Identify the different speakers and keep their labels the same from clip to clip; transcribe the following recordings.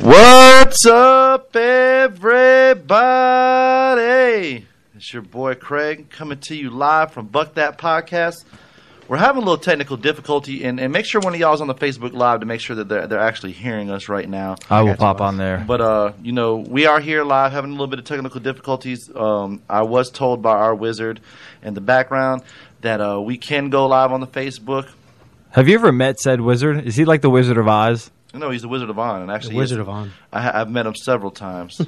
Speaker 1: What's up, everybody? It's your boy Craig coming to you live from Buck That Podcast. We're having a little technical difficulty, and, and make sure one of y'all is on the Facebook Live to make sure that they're, they're actually hearing us right now.
Speaker 2: I will pop on there.
Speaker 1: But uh, you know, we are here live, having a little bit of technical difficulties. Um, I was told by our wizard in the background that uh, we can go live on the Facebook.
Speaker 2: Have you ever met said wizard? Is he like the Wizard of Oz?
Speaker 1: No, he's the Wizard of On, and
Speaker 3: The
Speaker 1: actually, he is-
Speaker 3: Wizard of On.
Speaker 1: I, ha- I've met him several times.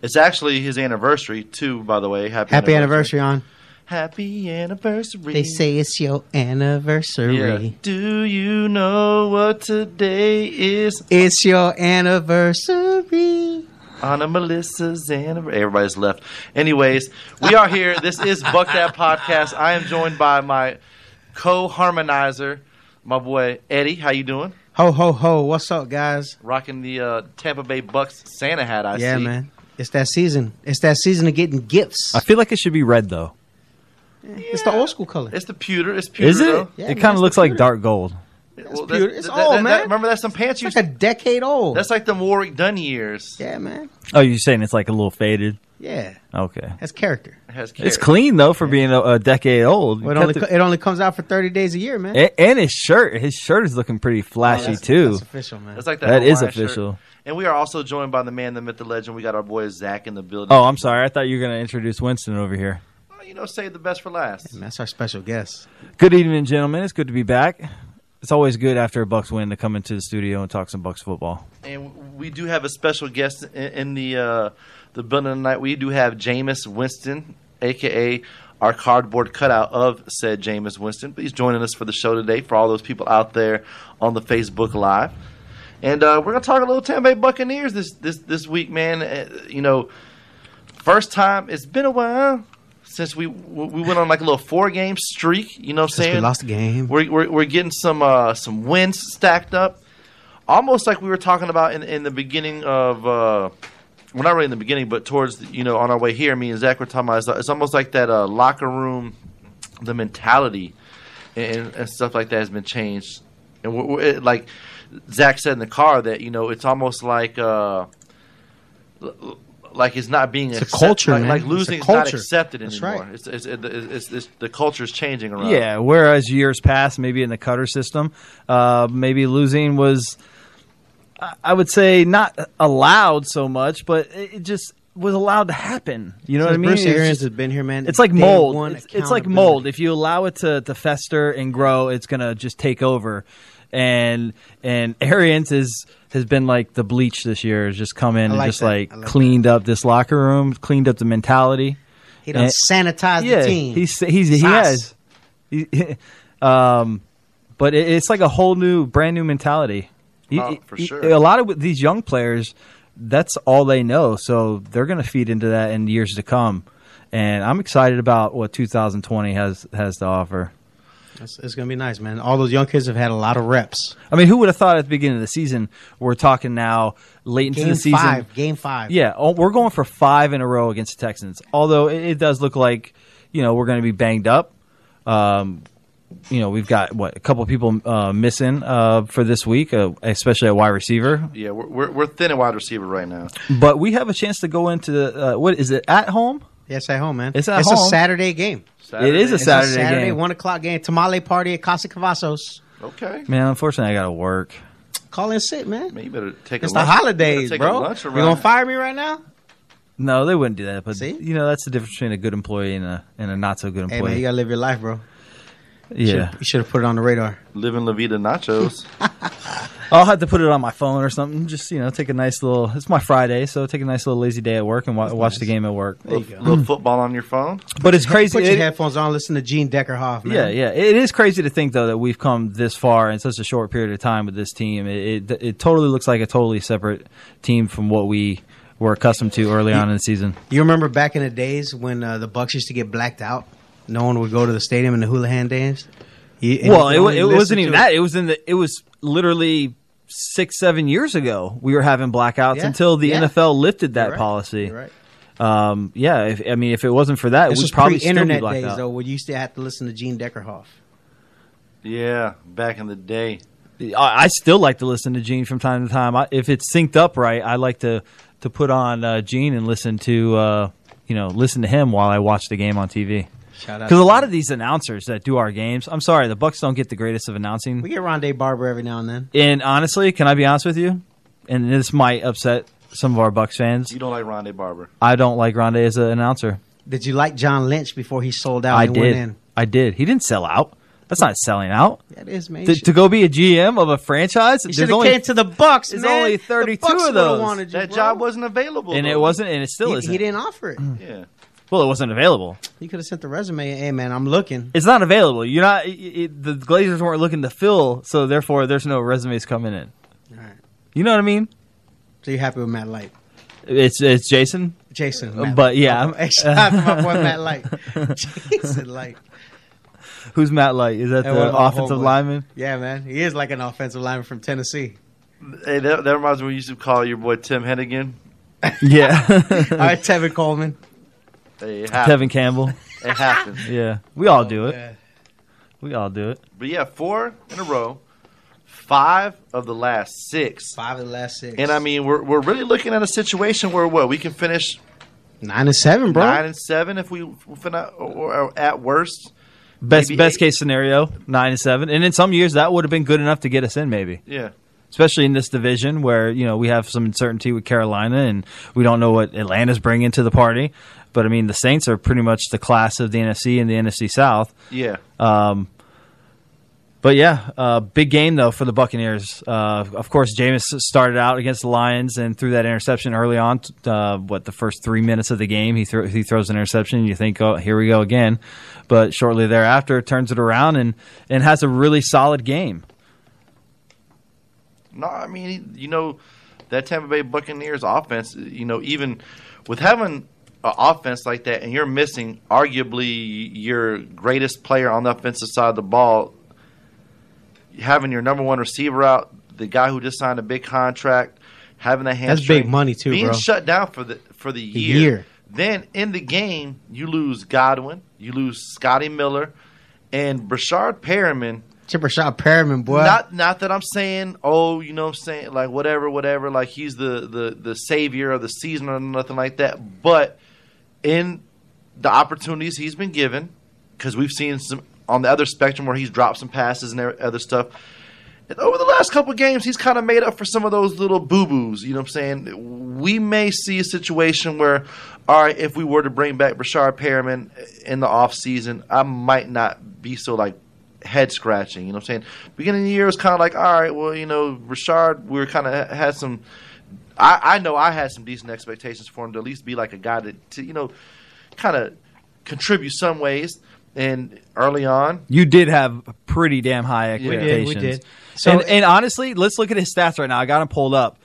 Speaker 1: it's actually his anniversary too, by the way. Happy,
Speaker 3: Happy anniversary on.
Speaker 1: Happy anniversary.
Speaker 3: They say it's your anniversary.
Speaker 1: Yeah. Do you know what today is?
Speaker 3: It's your anniversary.
Speaker 1: Anna Melissa's anniversary. Everybody's left. Anyways, we are here. This is Buck That Podcast. I am joined by my co-harmonizer, my boy Eddie. How you doing?
Speaker 3: Ho ho ho! What's up, guys?
Speaker 1: Rocking the uh, Tampa Bay Bucks Santa hat. I
Speaker 3: yeah,
Speaker 1: see.
Speaker 3: man. It's that season. It's that season of getting gifts.
Speaker 2: I feel like it should be red though.
Speaker 3: It's the old school color.
Speaker 1: It's the pewter. It's pewter.
Speaker 2: Is it?
Speaker 1: though.
Speaker 3: Yeah,
Speaker 2: it
Speaker 3: man,
Speaker 2: kind
Speaker 3: it's
Speaker 2: of looks like dark gold.
Speaker 1: Well,
Speaker 3: pewter.
Speaker 1: that's-
Speaker 3: It's
Speaker 1: that-
Speaker 3: all,
Speaker 1: that- that-
Speaker 3: man.
Speaker 1: remember that's some pants you
Speaker 3: It's like a decade old.
Speaker 1: That's like the Warwick Dunn years.
Speaker 3: yeah, man.
Speaker 2: Oh, you're saying it's like a little faded?
Speaker 3: Yeah,
Speaker 2: Okay.
Speaker 3: that's character.
Speaker 1: It has
Speaker 2: It's
Speaker 1: carrots.
Speaker 2: clean though for being a, a decade old.
Speaker 3: Well, it
Speaker 2: Cut
Speaker 3: only
Speaker 2: the-
Speaker 3: co- it only comes out for thirty days a year, man.
Speaker 2: A- and his shirt, his shirt is looking pretty flashy
Speaker 3: Oh, that's,
Speaker 2: too.
Speaker 3: That's official, man.
Speaker 1: It's like that.
Speaker 2: That is
Speaker 1: Hawaiian shirt.
Speaker 2: official.
Speaker 1: And we are also joined by the man, the myth, the legend. We got our boy Zach in the building.
Speaker 2: Oh, I'm sorry. I thought you were going to introduce Winston over here.
Speaker 1: Well, you know, save the best for last.
Speaker 3: And that's our special guest.
Speaker 2: Good evening, gentlemen. It's good to be back. It's always good after a Bucks win to come into the studio and talk some Bucks football.
Speaker 1: And we do have a special guest in, in the uh, the building tonight. We do have Jameis Winston, aka our cardboard cutout of said Jameis Winston. But he's joining us for the show today. For all those people out there on the Facebook Live, and uh, we're gonna talk a little Tampa Bay Buccaneers this this this week, man. Uh, you know, first time it's been a while since we we went on like a little four game streak. You know what I'm
Speaker 3: Since
Speaker 1: saying?
Speaker 3: we lost the game.
Speaker 1: We're, we're, we're getting some uh, some wins stacked up, almost like we were talking about in, in the beginning of. Uh, well, not really in the beginning, but towards the, you know on our way here, me and Zach were talking about it's, it's almost like that uh, locker room, the mentality, and, and stuff like that has been changed. And we're, we're, it, like Zach said in the car that you know it's almost like uh, l- l- like it's not being
Speaker 3: It's a culture,
Speaker 1: like,
Speaker 3: man.
Speaker 1: like
Speaker 3: It's a
Speaker 1: losing is not
Speaker 3: culture.
Speaker 1: accepted
Speaker 3: That's
Speaker 1: anymore.
Speaker 3: right.
Speaker 1: It's, it's, it- it's, it's, the culture is changing around.
Speaker 2: Yeah, whereas years past, maybe in the cutter system, uh, maybe losing was, I- I would say, not allowed so much, but it it just was allowed to happen. You know what I mean?
Speaker 3: Bruce
Speaker 2: It's
Speaker 3: Arians
Speaker 2: just-
Speaker 3: has been here, man.
Speaker 2: it's like
Speaker 3: Day
Speaker 2: mold.
Speaker 3: one
Speaker 2: It's, it's like mold. If you allow it to, to fester and grow, it's gonna just take over. And and Arians is has been like the bleach this year. Has just come in
Speaker 3: I like
Speaker 2: and just
Speaker 3: that.
Speaker 2: like,
Speaker 3: I like
Speaker 2: cleaned up this locker room, cleaned up the mentality.
Speaker 3: accountability. He done
Speaker 2: Eh,
Speaker 3: sanitized
Speaker 2: yeah,
Speaker 3: the team.
Speaker 2: he's he's he
Speaker 3: Sauce.
Speaker 2: has. He- um, but it, it's like a whole new, brand new mentality. You-
Speaker 1: Oh, for
Speaker 2: you-
Speaker 1: sure.
Speaker 2: A lot of these young players, that's all they know, so they're going to feed into that in years to come. And I'm excited about what 2020 has has to offer.
Speaker 3: It's, it's gonna be nice, man. All those young kids have had a lot of reps.
Speaker 2: I mean, who would have thought at the beginning of the season? We're talking now late into
Speaker 3: Game
Speaker 2: the season.
Speaker 3: five. Game five.
Speaker 2: Yeah, oh, we're going for five in a row against the Texans. Although it, it does look like you know we're going to be banged up. Um, you know we've got what a couple people uh, missing uh, for this week, uh, especially at wide receiver.
Speaker 1: Yeah, we're, we're, we're thin at wide receiver right now.
Speaker 2: But we have a chance to go into the, uh, what is it at home?
Speaker 3: Yes, at home, man.
Speaker 2: It's at
Speaker 3: a
Speaker 2: home.
Speaker 3: Saturday game.
Speaker 2: It is a
Speaker 3: It's
Speaker 2: Saturday
Speaker 3: a Saturday
Speaker 2: game.
Speaker 3: one o'clock game. Tamale party at Casa Cavazos.
Speaker 1: Okay.
Speaker 2: Man, unfortunately, I got to work.
Speaker 3: Call in sick, man.
Speaker 1: Man, you better take
Speaker 3: It's
Speaker 1: a
Speaker 3: the
Speaker 1: lunch. you better
Speaker 3: holidays,
Speaker 1: take A
Speaker 3: bro.
Speaker 1: lunch
Speaker 3: You
Speaker 1: around.
Speaker 3: gonna fire me right now?
Speaker 2: No, they wouldn't do that. But
Speaker 3: See?
Speaker 2: you know that's the difference between a good employee and a and a not so good
Speaker 3: Hey, man, you
Speaker 2: employee.
Speaker 3: gotta live your life, bro.
Speaker 2: yeah,
Speaker 3: You should have put it on the radar.
Speaker 1: Living La Vida Nachos.
Speaker 2: I'll have to put it on my phone or something. Just you know, take a nice little. It's my Friday, so take a nice little lazy day at work and wa- watch the game at work.
Speaker 3: There you go.
Speaker 1: little football on your phone.
Speaker 2: But it's crazy.
Speaker 3: Put your
Speaker 2: it-
Speaker 3: headphones on. Listen to Gene Deckerhoff, man.
Speaker 2: yeah, yeah. It is crazy to think though that we've come this far in such a short period of time with this team. It it, it totally looks like a totally separate team from what we were accustomed to early on in the season.
Speaker 3: You remember back in the days when uh, the Bucks used to get blacked out? No one would go to the stadium in the Houlihan days. You- and
Speaker 2: Well,
Speaker 3: you
Speaker 2: it,
Speaker 3: could
Speaker 2: wa-
Speaker 3: only
Speaker 2: it
Speaker 3: listen
Speaker 2: wasn't even
Speaker 3: to
Speaker 2: that. It was in the. It was literally six, seven years ago. We were having blackouts
Speaker 3: Yeah.
Speaker 2: until the
Speaker 3: Yeah.
Speaker 2: NFL lifted that
Speaker 3: You're right.
Speaker 2: policy.
Speaker 3: You're right.
Speaker 2: Um, yeah, if, I mean, if it wasn't for that,
Speaker 3: This
Speaker 2: it
Speaker 3: was
Speaker 2: would probably still be
Speaker 3: pre-internet
Speaker 2: blacked
Speaker 3: days,
Speaker 2: out.
Speaker 3: though, where you used to have to listen to Gene Deckerhoff.
Speaker 1: Yeah, back in the day.
Speaker 2: I, I still like to listen to Gene from time to time. I, if it's synced up right, I like to to put on uh, Gene and listen to uh, you know listen to him while I watch the game on TV.
Speaker 3: Shout out
Speaker 2: Because a
Speaker 3: to-
Speaker 2: lot of these announcers that do our games, I'm sorry, the Bucks don't get the greatest of announcing.
Speaker 3: We get Rondé Barber every now and then.
Speaker 2: And honestly, can I be honest with you? And this might upset some of our Bucks fans.
Speaker 1: You don't like Rondé Barber.
Speaker 2: I don't like Rondé as an announcer.
Speaker 3: Did you like John Lynch before he sold out
Speaker 2: I
Speaker 3: and went
Speaker 2: did.
Speaker 3: in?
Speaker 2: I did. He didn't sell out. That's not selling out.
Speaker 3: That is, man.
Speaker 2: To, to go be a GM of a franchise,
Speaker 3: you
Speaker 2: there's
Speaker 3: should have
Speaker 2: only-
Speaker 3: came to the Bucks.
Speaker 2: there's
Speaker 3: man.
Speaker 2: only
Speaker 3: The
Speaker 2: 32
Speaker 3: Bucks
Speaker 2: of
Speaker 3: would've
Speaker 2: those.
Speaker 3: wanted you,
Speaker 1: That
Speaker 3: bro.
Speaker 1: job wasn't available,
Speaker 2: and
Speaker 1: though.
Speaker 2: it wasn't, and it Hmm. still
Speaker 3: He,
Speaker 2: isn't.
Speaker 3: he didn't offer it.
Speaker 1: Yeah,
Speaker 2: Well, it wasn't available.
Speaker 3: You could have sent the resume. Hey, man, I'm looking.
Speaker 2: It's not available. You're not. It, it, the Glazers weren't looking to fill, so therefore, there's no resumes coming in.
Speaker 3: Alright.
Speaker 2: You know what I mean?
Speaker 3: So you're happy with Matt Light,
Speaker 2: It's it's Jason.
Speaker 3: Jason?
Speaker 2: Uh,
Speaker 3: Matt
Speaker 2: but
Speaker 3: Light.
Speaker 2: yeah,
Speaker 3: Oh, hey, shout out to my boy Matt Light, Jason Light.
Speaker 2: Who's Matt Light? Is that
Speaker 3: Hey, what
Speaker 2: the
Speaker 3: about
Speaker 2: offensive
Speaker 3: Holmgren?
Speaker 2: lineman?
Speaker 3: Yeah, man, he is like an offensive lineman from Tennessee.
Speaker 1: Hey, that, that reminds me. We used to call your boy Tim Hennigan.
Speaker 3: All
Speaker 2: Yeah,
Speaker 3: right, Tevin Coleman.
Speaker 1: Hey, it happens.
Speaker 2: Tevin Campbell.
Speaker 1: It happens.
Speaker 2: Yeah, we all do it.
Speaker 3: Yeah.
Speaker 2: We all do it.
Speaker 1: But yeah, four in a row, five of the last six.
Speaker 3: Five of the last six,
Speaker 1: And I mean, we're, we're really looking at a situation where what we can finish
Speaker 3: nine and seven, bro.
Speaker 1: nine and seven if we fin- or, or at worst.
Speaker 2: Best
Speaker 1: Maybe
Speaker 2: best
Speaker 1: eight.
Speaker 2: case scenario, nine and seven, and in some years that would have been good enough to get us in, maybe.
Speaker 1: Yeah,
Speaker 2: Especially in this division where you know we have some uncertainty with Carolina, and we don't know what Atlanta's bringing to the party. But I mean, the Saints are pretty much the class of the NFC and the NFC South.
Speaker 1: yeah.
Speaker 2: Um, but yeah, uh, big game though for the Buccaneers. Uh, of course, Jameis started out against the Lions and threw that interception early on. t- Uh, what the first three minutes of the game, he threw he throws an interception. You think, oh, here we go again. But shortly thereafter, turns it around and and has a really solid game.
Speaker 1: No, I mean, you know, that Tampa Bay Buccaneers offense, you know, even with having an offense like that and you're missing arguably your greatest player on the offensive side of the ball, having your number one receiver out, the guy who just signed a big contract, having a hamstring.
Speaker 3: big money too,
Speaker 1: Being
Speaker 3: bro.
Speaker 1: shut down for the for the year.
Speaker 3: year.
Speaker 1: Then in the game, you lose Godwin, you lose Scotty Miller, and Brashard Perriman –
Speaker 3: Chipper shot Perriman, boy.
Speaker 1: not not that I'm saying, oh, you know what I'm saying, like whatever, whatever, like he's the the the savior of the season or nothing like that. But in the opportunities he's been given, because we've seen some on the other spectrum where he's dropped some passes and e- other stuff. And Over the last couple games, he's kind of made up for some of those little boo boos. You know what I'm saying? We may see a situation where, all right, if we were to bring back Brashard Perriman in the offseason, I might not be so like head scratching. You know what I'm saying? Beginning of the year was kind of like, all right, well, you know, Rashard, we were kind of had some. I, I know I had some decent expectations for him to at least be like a guy to, to you know, kind of contribute some ways. And early on,
Speaker 2: You did have pretty damn high
Speaker 1: we
Speaker 2: expectations.
Speaker 3: did, we did. So-
Speaker 2: and, and honestly, let's look at his stats right now. I got him pulled up.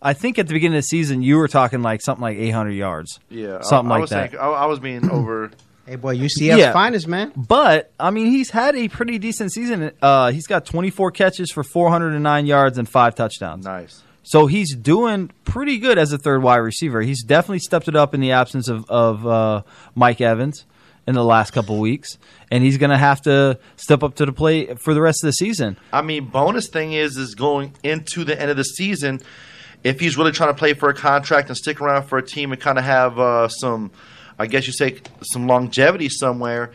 Speaker 2: I think at the beginning of the season, you were talking like something like 800 yards.
Speaker 1: yeah, I-
Speaker 2: something
Speaker 1: I,
Speaker 2: like
Speaker 1: was
Speaker 2: that.
Speaker 1: saying- I, I was being over.
Speaker 3: hey, boy, UCF
Speaker 2: Yeah.
Speaker 3: finest, man.
Speaker 2: But I mean, he's had a pretty decent season. Uh, he's got 24 catches for 409 yards and five touchdowns.
Speaker 1: Nice.
Speaker 2: So he's doing pretty good as a third wide receiver. He's definitely stepped it up in the absence of of uh, Mike Evans in the last couple weeks, and he's going to have to step up to the plate for the rest of the season.
Speaker 1: I mean, bonus thing is is going into the end of the season. If he's really trying to play for a contract and stick around for a team and kind of have uh, some, I guess you say some longevity somewhere.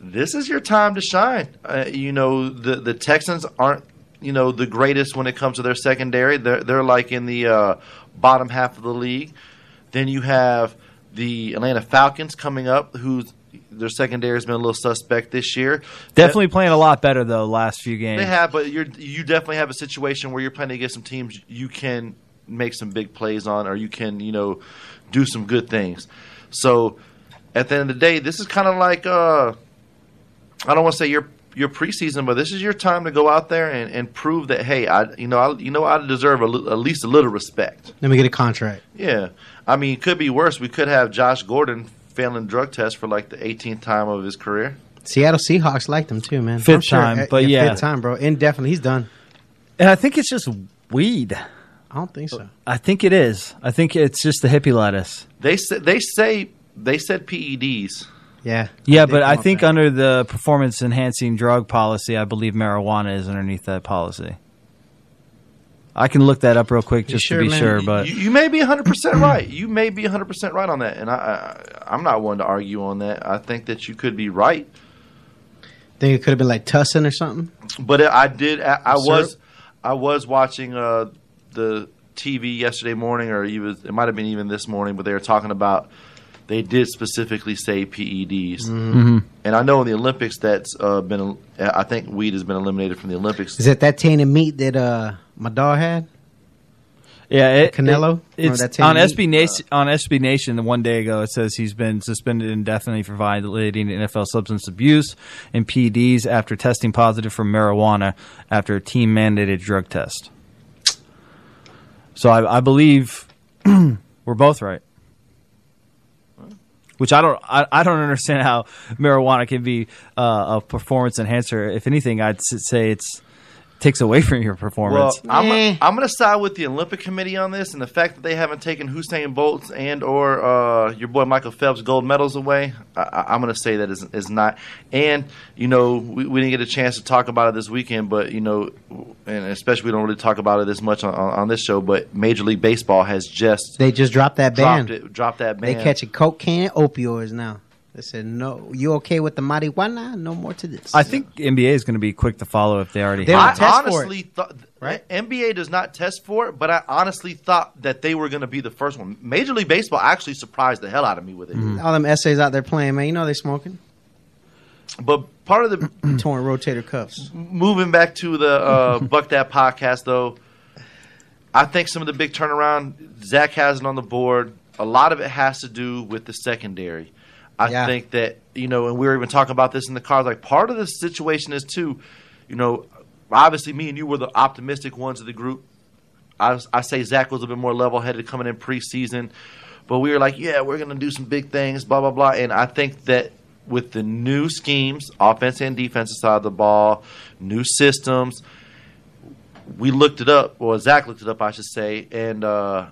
Speaker 1: This is your time to shine. Uh, you know the the Texans aren't you know the greatest when it comes to their secondary. They're they're like in the uh, bottom half of the league. Then you have the Atlanta Falcons coming up, who their secondary has been a little suspect this year.
Speaker 2: Definitely playing a lot better though last few games.
Speaker 1: They have, but you're you definitely have a situation where you're playing against some teams you can make some big plays on, or you can you know do some good things. So at the end of the day, this is kind of like uh, I don't want to say your your preseason, but this is your time to go out there and, and prove that hey, I you know I you know I deserve a, li- at least a little respect.
Speaker 3: Let me get a contract.
Speaker 1: Yeah, I mean, it could be worse. We could have Josh Gordon failing drug tests for like the 18th time of his career.
Speaker 3: Seattle Seahawks liked him too, man.
Speaker 2: Fifth
Speaker 3: I'm sure-
Speaker 2: time,
Speaker 3: uh,
Speaker 2: but yeah.
Speaker 3: fifth time, bro. Indefinitely, he's done.
Speaker 2: and I think it's just weed.
Speaker 3: I don't think
Speaker 1: Oh.
Speaker 3: so.
Speaker 2: I think it is. I think it's just the hippie lettuce.
Speaker 1: They say, they say they said E PEDs.
Speaker 3: Yeah,
Speaker 2: Yeah, but I think
Speaker 3: on
Speaker 2: under the performance enhancing drug policy, I believe marijuana is underneath that policy. I can look that up real quick
Speaker 3: You
Speaker 2: just
Speaker 3: sure,
Speaker 2: to be
Speaker 3: man?
Speaker 2: sure. But
Speaker 1: you, you may be 100% right. You may be 100% right on that. And I, I, I'm not one to argue on that. I think that you could be right.
Speaker 3: Think it could have been like Tussin or something.
Speaker 1: But it, I did. I, I
Speaker 3: Syrup?
Speaker 1: was, I was watching uh, the TV yesterday morning, or even it might have been even this morning. But they were talking about they did specifically say PEDs,
Speaker 2: Mm-hmm.
Speaker 1: and I know in the Olympics that's uh, been. I think weed has been eliminated from the Olympics.
Speaker 3: Is that that taint of meat that uh my dog had?
Speaker 2: yeah, it,
Speaker 3: Canelo?
Speaker 2: it- it's
Speaker 3: Remember that
Speaker 2: on
Speaker 3: team? Uh,
Speaker 2: SB Nation. on SB Nation, the one day ago, it says he's been suspended indefinitely for violating NFL substance abuse and PEDs after testing positive for marijuana after a team mandated drug test. So I, I believe we're both right. Which I don't, I, I don't understand how marijuana can be uh, a performance enhancer. If anything, I'd s- say it's takes away from your performance.
Speaker 1: Well, I'm,
Speaker 3: Eh.
Speaker 1: I'm going to side with the Olympic Committee on this, and the fact that they haven't taken Hussein Bolt's and or uh, your boy Michael Phelps' gold medals away, I- I, I'm going to say that is, is not. And you know, we, we didn't get a chance to talk about it this weekend, but you know, and especially we don't really talk about it this much on, on, on this show. But Major League Baseball has just
Speaker 3: They just dropped that ban.
Speaker 1: dropped it, dropped that
Speaker 3: They
Speaker 1: ban.
Speaker 3: catching coke can opioids now. They said, "No, you okay with the marijuana? No more to this."
Speaker 2: I think NBA is going to be quick to follow if they already
Speaker 3: They
Speaker 2: have.
Speaker 3: don't
Speaker 1: I
Speaker 3: test for it,
Speaker 1: honestly thought
Speaker 3: right?
Speaker 1: NBA does not test for it, but I honestly thought that they were going to be the first one. Major League Baseball actually surprised the hell out of me with it.
Speaker 3: all them essays out there playing, man. You know they smoking.
Speaker 1: But part of the
Speaker 3: Torn rotator cuffs.
Speaker 1: moving back to the uh, Buck That podcast, though, I think some of the big turnaround Zach has it on the board. A lot of it has to do with the secondary. I
Speaker 3: Yeah.
Speaker 1: think that you know, and we were even talking about this in the cars. Like part of the situation is too, you know, obviously me and you were the optimistic ones of the group. I, I say Zach was a bit more level headed coming in preseason, but we were like, yeah, we're going to do some big things, blah, blah, blah. And I think that with the new schemes, offense and defensive side of the ball, new systems, we looked it up, or Zach looked it up, I should say, and uh,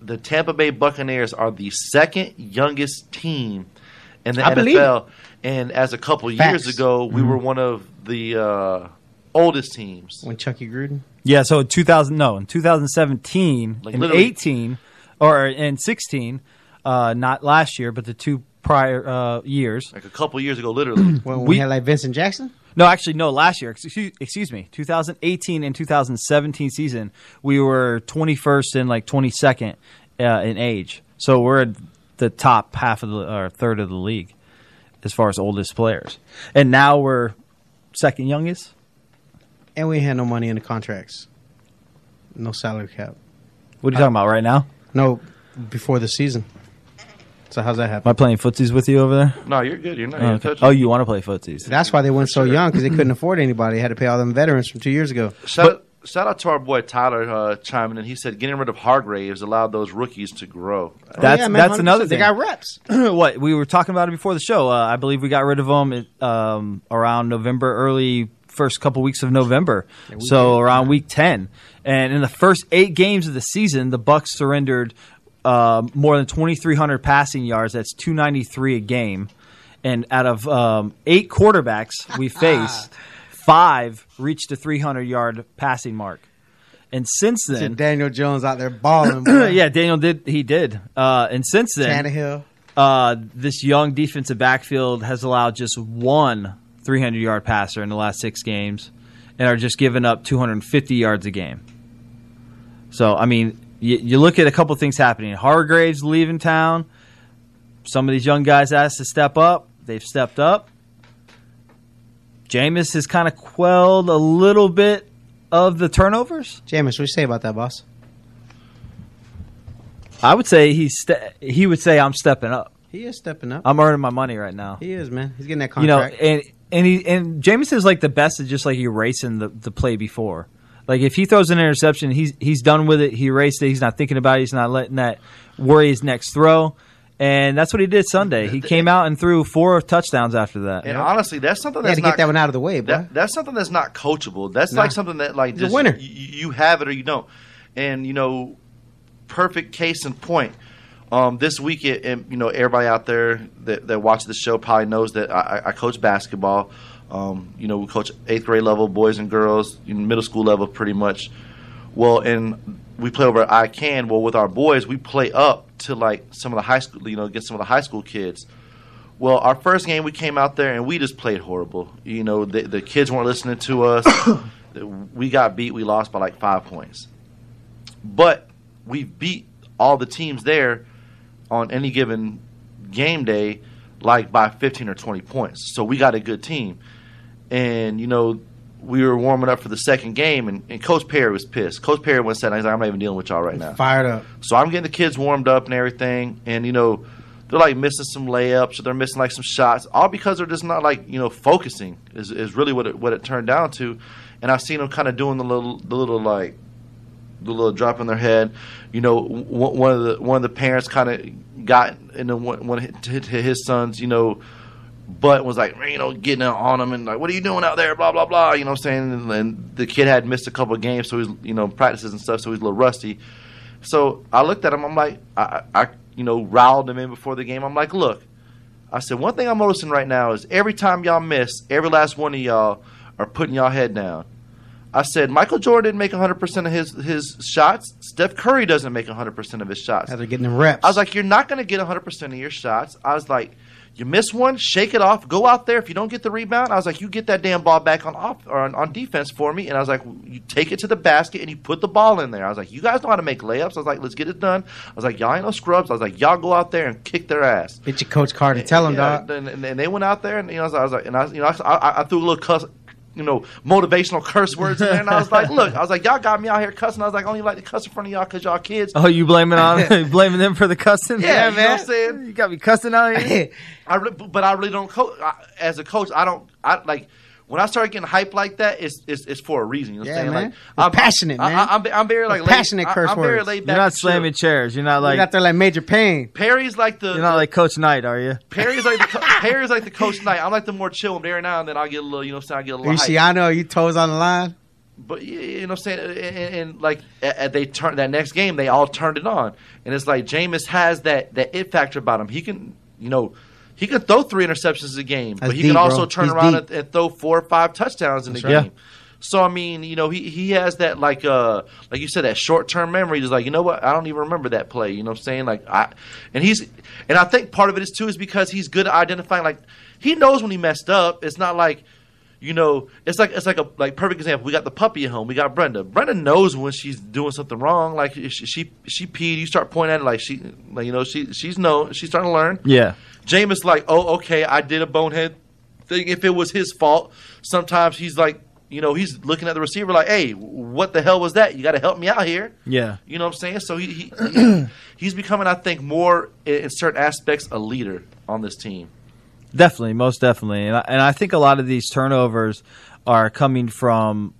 Speaker 1: the Tampa Bay Buccaneers are the second youngest team in the
Speaker 3: I believe
Speaker 1: NFL. And as a couple
Speaker 3: Facts. Mm-hmm.
Speaker 1: years ago, we were one of the uh, oldest teams.
Speaker 3: When Chucky E. Gruden.
Speaker 2: Yeah, so in 2000, no, in 2017
Speaker 1: Like,
Speaker 2: and
Speaker 1: literally-
Speaker 2: 18, or in 16, uh, not last year, but the two prior uh, years.
Speaker 1: Like a couple years ago, literally.
Speaker 3: When we,
Speaker 2: We-
Speaker 3: had like Vincent Jackson.
Speaker 2: No, actually, no, last year, excuse, excuse me, 2018 and 2017 season, we were 21st and like 22nd uh, in age. So we're at the top half of the, or third of the league as far as oldest players. And now we're second youngest.
Speaker 3: And we had no money in the contracts. No salary cap.
Speaker 2: What are you talking about right now?
Speaker 3: No, before the season. So how's that
Speaker 2: Am I
Speaker 3: happen?
Speaker 2: playing footsies with you over there?
Speaker 1: no, you're good. You're not.
Speaker 2: Oh,
Speaker 1: You're
Speaker 2: okay.
Speaker 1: touching.
Speaker 2: Oh, you want to play footsies?
Speaker 3: That's why they went so young because they couldn't afford anybody. They had to pay all them veterans from two years ago. Oh,
Speaker 1: Shout, shout out to our boy Tyler uh, chiming in. He said getting rid of Hargraves allowed those rookies to grow.
Speaker 3: Oh,
Speaker 2: That's-
Speaker 3: yeah, man,
Speaker 2: that's another
Speaker 3: 100%. They
Speaker 2: thing.
Speaker 3: got reps.
Speaker 2: what we were talking about it before the show. Uh, I believe we got rid of them at, um, around November, early first couple weeks of November. so around week ten, and in the first eight games of the season, the Bucks surrendered uh, more than twenty three hundred passing yards. That's two ninety three a game, and out of um, eight quarterbacks we faced, five reached the three hundred yard passing mark. And since then,
Speaker 3: Daniel Jones out there balling. boy.
Speaker 2: yeah, Daniel did. He did. Uh, and since then,
Speaker 3: Tannehill.
Speaker 2: uh, this young defensive backfield has allowed just one 300 yard passer in the last six games and are just giving up 250 yards a game. So, I mean, you, you look at a couple things happening. Hargraves leaving town. Some of these young guys asked to step up. They've stepped up. Jameis has kind of quelled a little bit of the turnovers.
Speaker 3: Jameis, what you say about that, boss?
Speaker 2: I would say he's ste- he would say I'm stepping up.
Speaker 3: He is stepping
Speaker 1: Uh,
Speaker 3: up.
Speaker 2: I'm earning my money right now.
Speaker 3: he is, man. He's getting that
Speaker 2: you know,
Speaker 3: contract.
Speaker 2: and and he and James is like the best at just like erasing the, the play before. Like if he throws an interception, he's he's done with it. He erased it. He's not thinking about it. He's not letting that worry his next throw. And that's what he did Sunday. He came out and threw four touchdowns after
Speaker 1: And
Speaker 2: that.
Speaker 1: honestly, that's something
Speaker 3: they had
Speaker 1: that's
Speaker 3: to
Speaker 1: not
Speaker 3: get that one out of the way, bro.
Speaker 1: That, that's something that's not coachable. That's
Speaker 3: Nah.
Speaker 1: like something that like
Speaker 3: He's a
Speaker 1: just
Speaker 3: winner.
Speaker 1: You, you have it or you don't. And you know, perfect case in point. Um, this week, it, and you know everybody out there that, that watches the show probably knows that I, I I coach basketball. Um, you know, we coach eighth grade level boys and girls, you know, middle school level, pretty much. Well, and we play over at I Can. Well, with our boys, we play up to like some of the high school, you know, against some of the high school kids. Well, our first game, we came out there and we just played horrible. You know, the, the kids weren't listening to us. we got beat. We lost by like five points. But we beat all the teams there on any given game day, like by 15 or 20 points. So we got a good team. And, you know, we were warming up for the second game, and, and Coach Perry was pissed. Coach Perry went said, "He's like, I'm not even dealing with y'all right now."
Speaker 3: Fired up.
Speaker 1: So I'm getting the kids warmed up and everything, and you know, they're like missing some layups or they're missing like some shots, all because they're just not like you know focusing is, is really what it, what it turned down to. And I've seen them kind of doing the little the little like the little drop in their head. You know, w- one of the one of the parents kind of got into one, one hit, hit his sons. You know. Butt was like, you know, getting on him and like, what are you doing out there? Blah blah blah. You know what I'm saying? And, and the kid had missed a couple of games, so he's you know practices and stuff, so he's a little rusty. So I looked at him. I'm like, I, I you know, riled him in before the game. I'm like, look, I said one thing I'm noticing right now is every time y'all miss, every last one of y'all are putting y'all head down. I said Michael Jordan didn't make 100 percent of his his shots. Steph Curry doesn't make 100 percent of his shots.
Speaker 3: How they're getting them reps.
Speaker 1: I was like, you're not going to get 100% of your shots. I was like, you miss one, shake it off, go out there. If you don't get the rebound, I was like, you get that damn ball back on off or on, on defense for me. And I was like, you take it to the basket and you put the ball in there. I was like, you guys know how to make layups. I was like, let's get it done. I was like, y'all ain't no scrubs. I was like, y'all go out there and kick their ass.
Speaker 3: Get your coach card and tell him,
Speaker 1: Yeah,
Speaker 3: dog.
Speaker 1: And, and- and they went out there, and you know, I was like, and I, you know, I, I threw a little cuss, you know, motivational curse words in there, and I was like, look, I was like, y'all got me out here cussing. I was like, I only like to cuss in front of y'all because y'all kids.
Speaker 2: Oh, you blaming on blaming them for the cussing?
Speaker 1: Yeah, you know
Speaker 3: man.
Speaker 1: what I'm saying?
Speaker 2: You got me cussing out here.
Speaker 1: I re- but I really don't coach as a coach. I don't. I like when I start getting hype like that. It's it's, it's for a reason. You know what
Speaker 3: Yeah,
Speaker 1: I'm saying?
Speaker 3: man.
Speaker 1: Like
Speaker 3: We're passionate,
Speaker 1: I,
Speaker 3: man.
Speaker 1: I, I'm, I'm very like
Speaker 3: We're
Speaker 1: laid-
Speaker 3: passionate
Speaker 1: I-
Speaker 3: curse
Speaker 1: I'm very
Speaker 3: words.
Speaker 1: laid back
Speaker 2: You're not
Speaker 1: and chill.
Speaker 2: slamming chairs. You're not
Speaker 3: we got
Speaker 2: like
Speaker 3: there like major pain.
Speaker 1: Perry's like the
Speaker 2: you're not like Coach Knight, are you?
Speaker 1: Perry's like the co- Perry's like the coach tonight. I'm like the more chill one. Every now and then I get a little, you know, what I'm saying I get a
Speaker 3: Are
Speaker 1: little.
Speaker 3: you
Speaker 1: hype.
Speaker 3: Shiano? Are you toes on the line?
Speaker 1: but you, you know what I'm saying? And, and, and, like a- a- they turn that next game, they all turned it on, and it's like Jameis has that that it factor about him. He can, you know, he can throw three interceptions a game,
Speaker 3: That's
Speaker 1: but he
Speaker 3: deep,
Speaker 1: can also
Speaker 3: bro.
Speaker 1: turn
Speaker 3: He's
Speaker 1: around
Speaker 3: deep.
Speaker 1: and, and throw four or five touchdowns in the
Speaker 2: right.
Speaker 1: game. So I mean, you know, he, he has that like uh like you said that short term memory. He's like, you know what? I don't even remember that play. You know what I'm saying? Like I, and he's and I think part of it is too is because he's good at identifying. Like he knows when he messed up. It's not like you know, it's like it's like a like perfect example. We got the puppy at home. We got Brenda. Brenda knows when she's doing something wrong. Like she she, she peed. You start pointing at it like she like you know she she's no she's starting to learn.
Speaker 2: Yeah.
Speaker 1: Jameis like, oh, okay, I did a bonehead thing. If it was his fault, sometimes he's like, you know, he's looking at the receiver like, hey, what the hell was that? You got to help me out here.
Speaker 2: Yeah.
Speaker 1: You know what I'm saying? So he, he he's becoming, I think, more in in certain aspects a leader on this team.
Speaker 2: Definitely, most definitely, and I, and I think a lot of these turnovers are coming from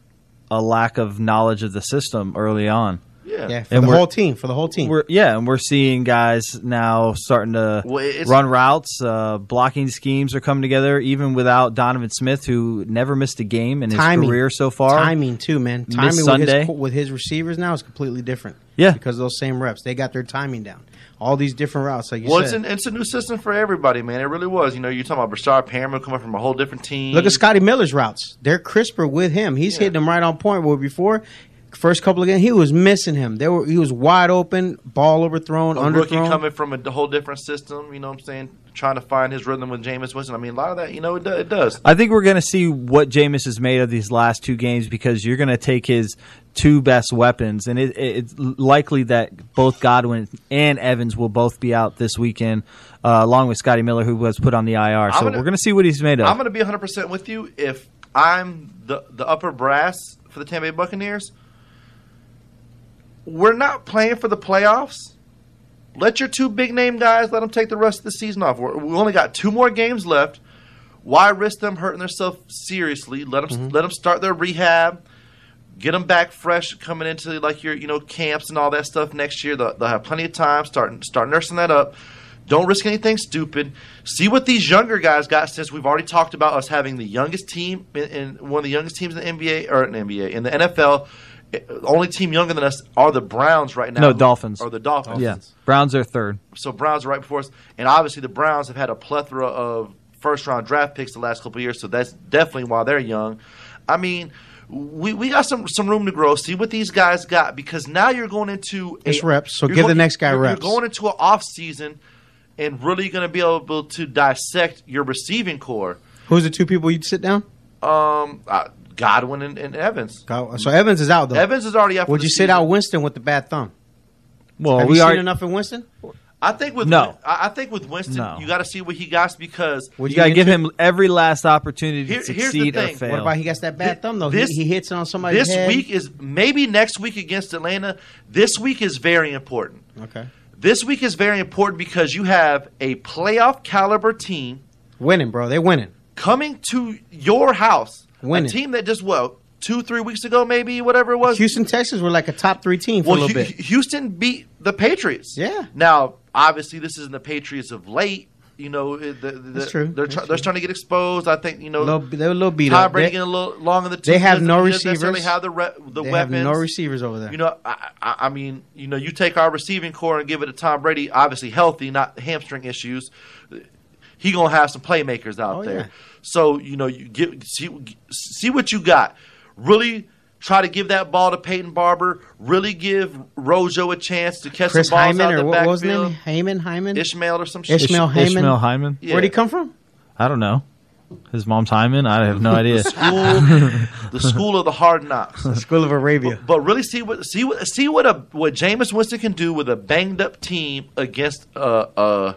Speaker 2: a lack of knowledge of the system early on.
Speaker 1: Yeah.
Speaker 3: Yeah, for
Speaker 2: And
Speaker 3: the
Speaker 2: we're-
Speaker 3: whole team. For the whole team.
Speaker 2: We're yeah, and we're seeing guys now starting to
Speaker 1: Well, it's-
Speaker 2: run routes. Uh, blocking schemes are coming together, even without Donovan Smith, who never missed a game in his
Speaker 3: Timing.
Speaker 2: career so far.
Speaker 3: Timing too, man.
Speaker 2: Miss
Speaker 3: Timing with
Speaker 2: Sunday.
Speaker 3: his, with his receivers now is completely different.
Speaker 2: Yeah.
Speaker 3: because of those same reps, they got their timing down. All these different routes, like you
Speaker 1: Well, it's,
Speaker 3: said.
Speaker 1: an, it's a new system for everybody, man. It really was. You know, you're talking about Brashard Perriman coming from a whole different team.
Speaker 3: Look at Scotty Miller's routes; they're crisper with him. He's hitting them right on point. Where before, first couple of games, he was missing him. They were he was wide open, ball overthrown,
Speaker 1: a rookie
Speaker 3: underthrown.
Speaker 1: coming from a d- whole different system. You know what I'm saying? Trying to find his rhythm with Jameis Winston. I mean, a lot of that, you know, it, do, it does.
Speaker 2: I think we're going to see what Jameis has made of these last two games because you're going to take his two best weapons, and it, it, it's likely that both Godwin and Evans will both be out this weekend, uh, along with Scotty Miller, who was put on the IR. So
Speaker 1: gonna-
Speaker 2: we're going to see what he's made of.
Speaker 1: I'm going to be 100% with you. If I'm the, the upper brass for the Tampa Bay Buccaneers, we're not playing for the playoffs. Let your two big name guys let them take the rest of the season off. We're, we only got two more games left. Why risk them hurting themselves seriously? Let them
Speaker 2: Mm-hmm.
Speaker 1: let them start their rehab. Get them back fresh, coming into like your you know camps and all that stuff next year. They'll, they'll have plenty of time. Start start nursing that up. Don't risk anything stupid. See what these younger guys got. Since we've already talked about us having the youngest team in, in one of the youngest teams in the NBA or in the NBA in the NFL. eh, The only team younger than us are the Browns right now.
Speaker 2: No, Dolphins.
Speaker 1: Or the Dolphins.
Speaker 2: yeah, Browns are third.
Speaker 1: So Browns are right before us, and obviously the Browns have had a plethora of first round draft picks the last couple of years, so that's definitely why they're young. I mean, we, we got some some room to grow. See what these guys got because now you're going into
Speaker 3: It's reps, so
Speaker 1: you're
Speaker 3: give the next guy
Speaker 1: you're-
Speaker 3: reps.
Speaker 1: You're going into an off season and really going to be able to dissect your receiving core.
Speaker 3: Who's the two people you'd sit down?
Speaker 1: Um, uh, Godwin and, and Evans.
Speaker 3: Go- uh, So Evans is out though.
Speaker 1: Evans is already out. for
Speaker 3: Would
Speaker 1: the
Speaker 3: you sit
Speaker 1: season.
Speaker 3: out Winston with the bad thumb?
Speaker 2: Well,
Speaker 3: Have
Speaker 2: we
Speaker 3: you
Speaker 2: are.
Speaker 3: seen enough in Winston?
Speaker 1: I think with
Speaker 2: No.
Speaker 1: I I think with Winston,
Speaker 2: No.
Speaker 1: you got to see what he got because
Speaker 3: Would
Speaker 2: You gotta give
Speaker 3: inter-
Speaker 2: him every last opportunity
Speaker 1: Here-
Speaker 2: to
Speaker 1: here's the
Speaker 2: succeed or
Speaker 1: thing.
Speaker 2: fail.
Speaker 3: What about he gets that bad thumb though?
Speaker 1: This-
Speaker 3: he, he hits it on somebody's
Speaker 1: this
Speaker 3: head.
Speaker 1: week is maybe next week against Atlanta. This week is very important.
Speaker 3: Okay,
Speaker 1: This week is very important because you have a playoff caliber team
Speaker 3: winning, bro. They're winning.
Speaker 1: coming to your house.
Speaker 3: Winning.
Speaker 1: A team that just what two, three weeks ago, maybe whatever it was.
Speaker 3: Houston, Texas were like a top three team for
Speaker 1: well,
Speaker 3: a little
Speaker 1: Hu-
Speaker 3: bit.
Speaker 1: Houston beat the Patriots.
Speaker 3: Yeah.
Speaker 1: Now, obviously, this isn't the Patriots of late. You know, it- the, the,
Speaker 3: That's true.
Speaker 1: They're,
Speaker 3: That's
Speaker 1: try-
Speaker 3: true.
Speaker 1: they're starting to get exposed. I think you know.
Speaker 3: A little, they're a little beat
Speaker 1: Tom
Speaker 3: up.
Speaker 1: Brady
Speaker 3: They-
Speaker 1: getting a little long in the tooth.
Speaker 3: they have
Speaker 1: He doesn't-
Speaker 3: no
Speaker 1: he doesn't necessarily
Speaker 3: receivers.
Speaker 1: Have the re- the
Speaker 3: they
Speaker 1: weapons.
Speaker 3: have no receivers over there.
Speaker 1: You know, I, I, I mean, you know, you take our receiving core and give it to Tom Brady, obviously healthy, not hamstring issues. He gonna have some playmakers out
Speaker 3: Oh,
Speaker 1: there.
Speaker 3: yeah.
Speaker 1: So you know, you get see see what you got. Really try to give that ball to Peyton Barber. Really give Rojo a chance to catch
Speaker 3: Chris
Speaker 1: some balls
Speaker 3: Hyman
Speaker 1: out
Speaker 3: or
Speaker 1: the
Speaker 3: what, what was his name?
Speaker 1: backfield.
Speaker 3: Hyman, Hyman.
Speaker 1: Ishmael or some
Speaker 3: Ish-
Speaker 1: shit.
Speaker 3: Ishmael Hyman.
Speaker 2: Ishmael Hyman.
Speaker 1: Yeah.
Speaker 3: Where'd he come from?
Speaker 2: I don't know. His mom's Hyman. I have no idea.
Speaker 1: School, the school of the hard knocks.
Speaker 3: School of Arabia.
Speaker 1: But really, see what see what see what a what Jameis Winston can do with a banged up team against a a,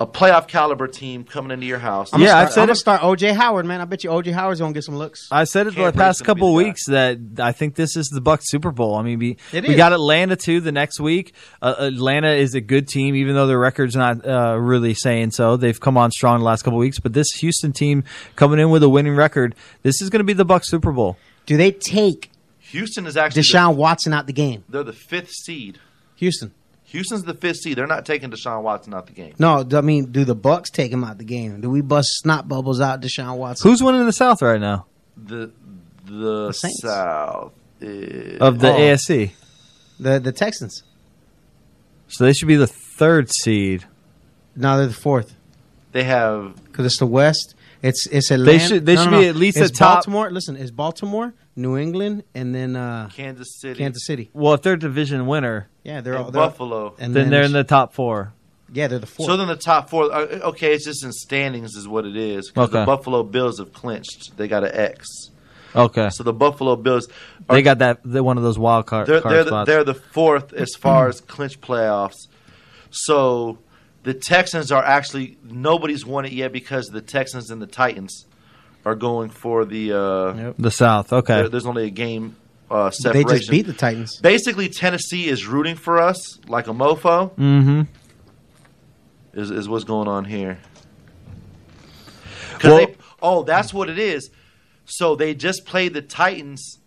Speaker 1: a playoff caliber team coming into your house.
Speaker 2: Yeah, I've said
Speaker 3: I'm gonna
Speaker 2: it-
Speaker 3: start OJ Howard, man. I bet you OJ Howard's gonna get some looks.
Speaker 2: I said it
Speaker 1: Can't
Speaker 2: the
Speaker 1: wait
Speaker 2: past
Speaker 1: till we
Speaker 2: couple
Speaker 1: do that.
Speaker 2: weeks that I think this is the Bucks Super Bowl. I mean, we,
Speaker 3: It
Speaker 2: we
Speaker 3: is.
Speaker 2: got Atlanta too the next week. Uh, Atlanta is a good team, even though their record's not uh, really saying so. They've come on strong the last couple weeks, but this Houston team coming in with a winning record, this is going to be the Bucks Super Bowl.
Speaker 3: Do they take
Speaker 1: Houston is actually the-
Speaker 3: Deshaun Watson out the game?
Speaker 1: they're the fifth seed.
Speaker 3: Houston.
Speaker 1: Houston's the fifth seed. They're not taking Deshaun Watson out the game.
Speaker 3: No, I mean, do the Bucks take him out the game? Do we bust snot bubbles out Deshaun Watson?
Speaker 2: Who's winning the South right now
Speaker 1: The the,
Speaker 3: Saints.
Speaker 1: South is,
Speaker 2: of the
Speaker 3: Oh.
Speaker 2: ASC?
Speaker 3: The the Texans.
Speaker 2: So they should be the third seed.
Speaker 3: No, they're the fourth
Speaker 1: they have
Speaker 3: because it's the West. It's it's Atlanta.
Speaker 2: should- they
Speaker 3: No, no,
Speaker 2: should
Speaker 3: no.
Speaker 2: be at least
Speaker 3: it's
Speaker 2: the top-
Speaker 3: Baltimore. Listen, it's Baltimore, New England, and then uh,
Speaker 1: Kansas City,
Speaker 3: Kansas City.
Speaker 2: Well, if they're division winner,
Speaker 3: Yeah, they're
Speaker 1: and
Speaker 3: all they're,
Speaker 1: Buffalo.
Speaker 3: And
Speaker 2: then they're in the top four.
Speaker 3: yeah, they're the fourth.
Speaker 1: so then the top four. uh, Okay, it's just in standings is what it is. 'cause
Speaker 2: Okay.
Speaker 1: The Buffalo Bills have clinched. They got an X.
Speaker 2: Okay,
Speaker 1: So the Buffalo Bills. are-
Speaker 2: they got that they're one of those wild card,
Speaker 1: they're,
Speaker 2: card
Speaker 1: they're, the,
Speaker 2: spots.
Speaker 1: they're the fourth as far as clinch playoffs. So the Texans are actually nobody's won it yet because the Texans and the Titans are going for the. Uh,
Speaker 3: Yep.
Speaker 2: the South. Okay,
Speaker 1: there- there's only a game uh,
Speaker 3: But
Speaker 1: separation.
Speaker 3: they just beat the Titans.
Speaker 1: Basically, Tennessee is rooting for us like a mofo.
Speaker 2: mm-hmm.
Speaker 1: Is, is what's going on here? 'Cause
Speaker 2: Well-
Speaker 1: they, oh, that's what it is. So they just played the Titans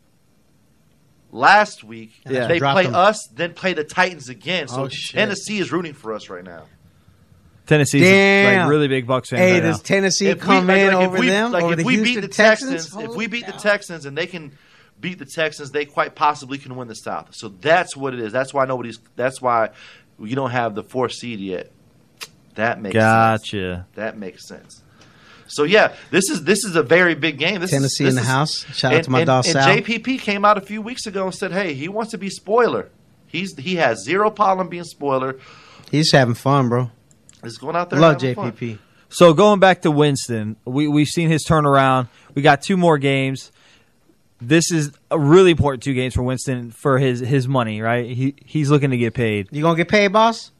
Speaker 1: last week.
Speaker 3: And that's
Speaker 1: They
Speaker 3: what dropped
Speaker 1: play
Speaker 3: them.
Speaker 1: us, then play the Titans again. So
Speaker 3: Oh, shit.
Speaker 1: Tennessee is rooting for us right now.
Speaker 2: Tennessee's
Speaker 3: Damn.
Speaker 2: like really big Bucks fan
Speaker 3: Hey,
Speaker 2: right
Speaker 3: does
Speaker 2: now.
Speaker 3: Tennessee
Speaker 1: If we-
Speaker 3: come
Speaker 1: like-
Speaker 3: in
Speaker 1: like, if
Speaker 3: over
Speaker 1: we-
Speaker 3: them?
Speaker 1: like,
Speaker 3: over
Speaker 1: if
Speaker 3: the
Speaker 1: we
Speaker 3: Houston
Speaker 1: beat the Texans, if
Speaker 3: Holy
Speaker 1: we beat the
Speaker 3: cow.
Speaker 1: Texans, and they can beat the Texans, they quite possibly can win the South. So that's what it is. That's why nobody's. That's why you don't have the four seed yet. That makes sense.
Speaker 2: Gotcha.
Speaker 1: That makes sense. So yeah, this is this is a very big game. This is-
Speaker 3: Tennessee
Speaker 1: this
Speaker 3: in the
Speaker 1: is-
Speaker 3: house. Shout out
Speaker 1: and-
Speaker 3: to my
Speaker 1: and-
Speaker 3: dog
Speaker 1: and
Speaker 3: Sal.
Speaker 1: JPP came out a few weeks ago and said, "Hey, he wants to be spoiler. He's he has zero problem being spoiler.
Speaker 3: He's having fun, bro.
Speaker 1: He's going out there.
Speaker 3: Love
Speaker 1: having fun.
Speaker 3: JPP.
Speaker 2: So going back to Winston, we we've seen his turnaround. We got two more games. This is a really important two games for Winston for his his money. Right, he he's looking to get paid
Speaker 3: You gonna get paid, boss?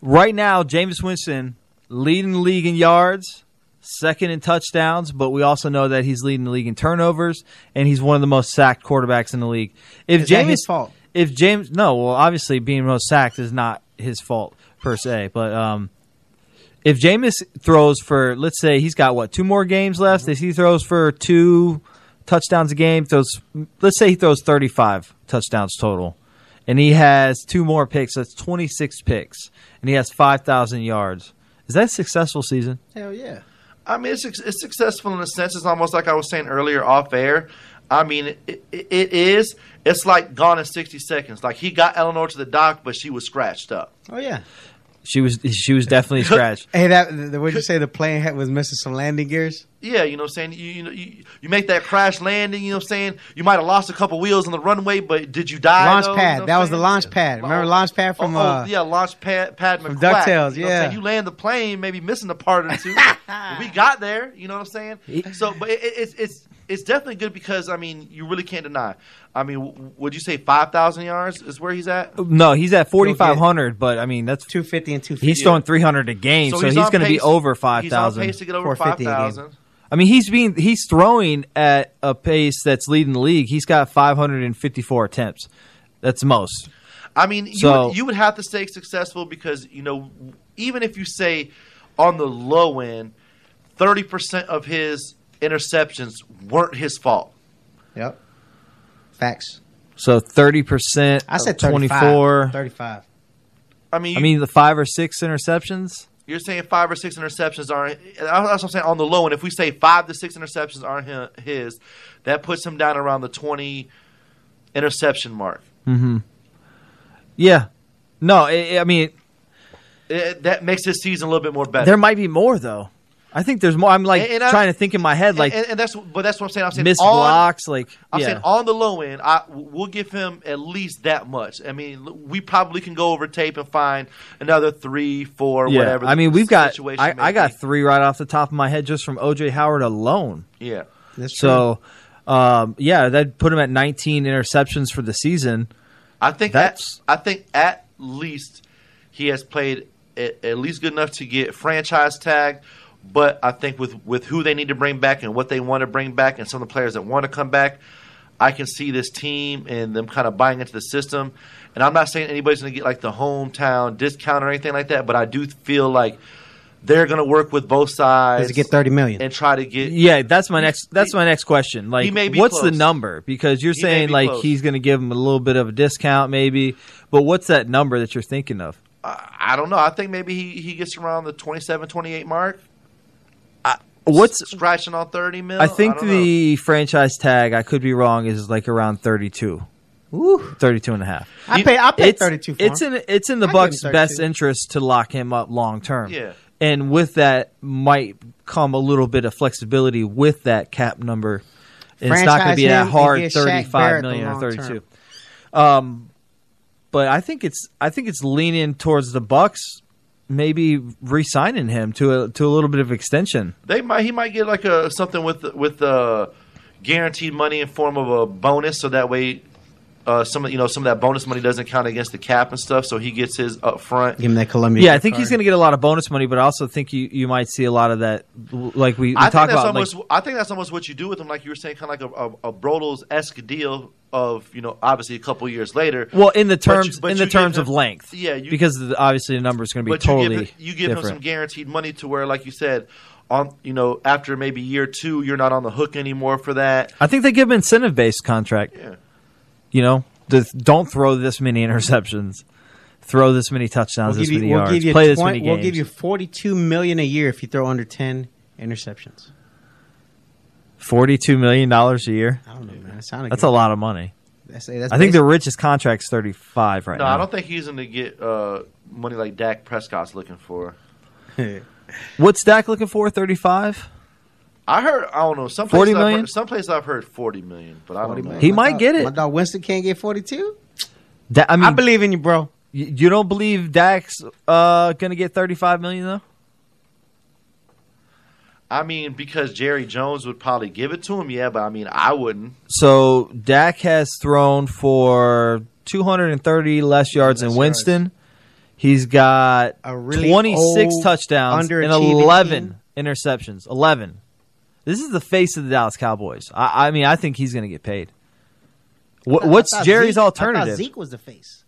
Speaker 2: right now. James Winston leading the league in yards. Second in touchdowns, but we also know that he's leading the league in turnovers, and he's one of the most sacked quarterbacks in the league. If
Speaker 3: Is that his
Speaker 2: Jameis-
Speaker 3: fault?
Speaker 2: if James no, well obviously being most sacked is not his fault per se, but um if Jameis throws for let's say he's got what two more games left,
Speaker 1: Mm-hmm.
Speaker 2: if he throws for two touchdowns a game, throws let's say he throws 35 touchdowns total and he has two more picks, that's 26 picks and he has 5,000 yards. Is that a successful season?
Speaker 3: Hell yeah.
Speaker 1: I mean, it's, it's successful in a sense. It's almost like I was saying earlier off air. I mean, it, it, it is. It's like gone in 60 seconds. Like he got Eleanor to the dock, but she was scratched up.
Speaker 3: Oh yeah.
Speaker 2: She was she was definitely scratched.
Speaker 3: Hey, that the, the- what'd you say? The plane had, was missing some landing gears.
Speaker 1: Yeah, you know what I'm saying? You, you know, you, you make that crash landing, you know what I'm saying? You might have lost a couple wheels on the runway, but did you die?
Speaker 3: Launch
Speaker 1: though? You
Speaker 3: pad.
Speaker 1: know what
Speaker 3: That
Speaker 1: I'm
Speaker 3: was the
Speaker 1: saying?
Speaker 3: launch pad. Remember launch pad from,
Speaker 1: oh, oh,
Speaker 3: uh,
Speaker 1: yeah, launch pad, pad
Speaker 3: from
Speaker 1: McQuack, you
Speaker 3: DuckTales,
Speaker 1: know what I'm saying?
Speaker 3: yeah.
Speaker 1: you land the plane, maybe missing a part or two. But we got there. You know what I'm saying? So, but it, it, it's it's it's definitely good because I mean you really can't deny. I mean, w- would you say five thousand yards is where he's at?
Speaker 2: No, he's at forty five hundred, but I mean that's
Speaker 3: Two fifty and two fifty.
Speaker 2: he's throwing three hundred a game, so, he's,
Speaker 1: on
Speaker 2: going to be
Speaker 1: pace-
Speaker 2: over five
Speaker 1: He's on pace
Speaker 2: thousand.
Speaker 1: to get over five
Speaker 3: 450 a game.
Speaker 1: thousand.
Speaker 2: I mean he's being he's throwing at a pace that's leading the league. He's got five hundred and fifty four attempts. That's most.
Speaker 1: I mean, you,
Speaker 2: So-
Speaker 1: would, you would have to say successful because you know, even if you say on the low end, thirty percent of his interceptions weren't his fault.
Speaker 3: Yep. Facts.
Speaker 2: So thirty percent.
Speaker 3: I said
Speaker 2: twenty
Speaker 3: 35,
Speaker 2: four.
Speaker 3: 35.
Speaker 1: I mean, you,
Speaker 2: I mean the five or six interceptions.
Speaker 1: you're saying five or six interceptions aren't. and I- That's what I'm saying on the low end. If we say five to six interceptions aren't hi- his, that puts him down around the twenty interception mark.
Speaker 2: Yeah. No, i I mean
Speaker 1: It- that makes his season a little bit more better.
Speaker 2: there might be more though. I think there's more. I'm like
Speaker 1: And- and I-
Speaker 2: trying to think in my head, like
Speaker 1: and, and that's but that's what I'm saying. I'm saying
Speaker 2: miss
Speaker 1: on-
Speaker 2: blocks, like
Speaker 1: I'm
Speaker 2: yeah.
Speaker 1: saying on the low end, I we'll give him at least that much. I mean, l- we probably can go over tape and find another three, four,
Speaker 2: Yeah,
Speaker 1: whatever.
Speaker 2: I mean,
Speaker 1: the
Speaker 2: we've got.
Speaker 1: situation
Speaker 2: I,
Speaker 1: may
Speaker 2: I got
Speaker 1: be.
Speaker 2: three right off the top of my head just from OJ Howard alone.
Speaker 1: yeah.
Speaker 3: That's
Speaker 2: So, um, yeah, that put him at 19 interceptions for the season.
Speaker 1: I think
Speaker 2: That's-
Speaker 1: that's. I think at least he has played at, at least good enough to get franchise tagged. But I think with with who they need to bring back and what they want to bring back and some of the players that want to come back, I can see this team and them kind of buying into the system. And I'm not saying anybody's going to get like the hometown discount or anything like that, but I do feel like they're going to work with both sides
Speaker 3: Does it get thirty million?
Speaker 1: and try to get.
Speaker 2: Yeah, that's my next. That's my next question. Like,
Speaker 1: may be
Speaker 2: what's the
Speaker 1: close.
Speaker 2: number? Because you're
Speaker 1: He may
Speaker 2: saying
Speaker 1: be
Speaker 2: like
Speaker 1: close.
Speaker 2: he's going to give him a little bit of a discount, maybe. But what's that number that you're thinking of?
Speaker 1: I, I don't know. I think maybe he, he gets around the 27, 28 mark,
Speaker 2: What's
Speaker 1: scratching on 30 mil.
Speaker 2: I think
Speaker 1: don't know.
Speaker 2: the franchise tag. I could be wrong. Is like around 32,
Speaker 3: Woo.
Speaker 2: 32 and a half.
Speaker 3: I
Speaker 1: You-
Speaker 3: pay. I pay
Speaker 2: it's,
Speaker 3: thirty two.
Speaker 2: It's in it's in the
Speaker 3: I'd give
Speaker 2: Bucks'
Speaker 3: him
Speaker 2: best
Speaker 3: 32.
Speaker 2: interest to lock him up long term.
Speaker 1: Yeah.
Speaker 2: And with that might come a little bit of flexibility with that cap number. And it's not going to
Speaker 3: Franchise
Speaker 2: be that
Speaker 3: him and
Speaker 2: hard
Speaker 3: get Shaq
Speaker 2: thirty five
Speaker 3: Barrett
Speaker 2: million
Speaker 3: the
Speaker 2: or
Speaker 3: long
Speaker 2: thirty two.
Speaker 3: term.
Speaker 2: Um but I think it's I think it's leaning towards the Bucks maybe re-signing him to a to a little bit of extension.
Speaker 1: They might he might get like a something with with uh, guaranteed money in form of a bonus, so that way uh, some of you know some of that bonus money doesn't count against the cap and stuff. So he gets his up front.
Speaker 3: Give him that Columbia.
Speaker 2: Yeah, I think he's going to get a lot of bonus money, but I also think you, you might see a lot of that, like we, we
Speaker 1: I think
Speaker 2: talk
Speaker 1: that's
Speaker 2: about. like,
Speaker 1: almost I think that's almost what you do with him, like you were saying, kind of like a, a, a Brodo's esque deal of you know obviously a couple years later.
Speaker 2: Well, in the
Speaker 1: you-
Speaker 2: terms
Speaker 1: but
Speaker 2: in the
Speaker 1: you give
Speaker 2: terms of
Speaker 1: him-
Speaker 2: length,
Speaker 1: Yeah, you-
Speaker 2: because the, obviously the number is going to be
Speaker 1: but
Speaker 2: totally
Speaker 1: you give, you give him
Speaker 2: different.
Speaker 1: some guaranteed money to where, like you said, on you know after maybe year two, you're not on the hook anymore for that.
Speaker 2: I think they give him incentive based contract.
Speaker 1: Yeah.
Speaker 2: You know, Just don't throw this many interceptions, throw this many touchdowns,
Speaker 3: We'll
Speaker 2: this
Speaker 3: give you.
Speaker 2: many
Speaker 3: We'll
Speaker 2: yards,
Speaker 3: give you.
Speaker 2: play
Speaker 3: 20,
Speaker 2: this many games.
Speaker 3: we'll give you forty two million a year if you throw under ten interceptions.
Speaker 2: forty two million dollars a year.
Speaker 3: I don't know, man. That sounded
Speaker 2: That's
Speaker 3: good.
Speaker 2: a lot of money.
Speaker 3: That's, that's
Speaker 2: I think the
Speaker 3: basic.
Speaker 2: richest contract's thirty five right
Speaker 1: No,
Speaker 2: now.
Speaker 1: I don't think he's going to get uh, money like Dak Prescott's looking for.
Speaker 2: What's Dak looking for? Thirty five.
Speaker 1: I heard I don't know some
Speaker 2: 40
Speaker 1: places I've
Speaker 2: million?
Speaker 1: heard, some places I've heard forty million, but I don't
Speaker 3: 40
Speaker 1: know.
Speaker 3: million.
Speaker 2: He
Speaker 3: My
Speaker 2: might
Speaker 3: dog-
Speaker 2: get it.
Speaker 3: My dog Winston can't get forty two.
Speaker 2: Da- I mean,
Speaker 3: I believe in you, bro.
Speaker 2: y- you don't believe Dak's uh, going to get thirty five million though.
Speaker 1: I mean, because Jerry Jones would probably give it to him, yeah, but I mean, I wouldn't.
Speaker 2: So Dak has thrown for 230 less yards than
Speaker 3: Less
Speaker 2: Winston. He's got
Speaker 3: A really
Speaker 2: 26
Speaker 3: old,
Speaker 2: touchdowns and
Speaker 3: underachieving
Speaker 2: 11 interceptions. 11. This is the face of the Dallas Cowboys. I, I mean, I think he's going to get paid. What, what's
Speaker 3: I thought
Speaker 2: Jerry's
Speaker 3: Zeke- I thought
Speaker 2: alternative?
Speaker 3: Zeke was the face.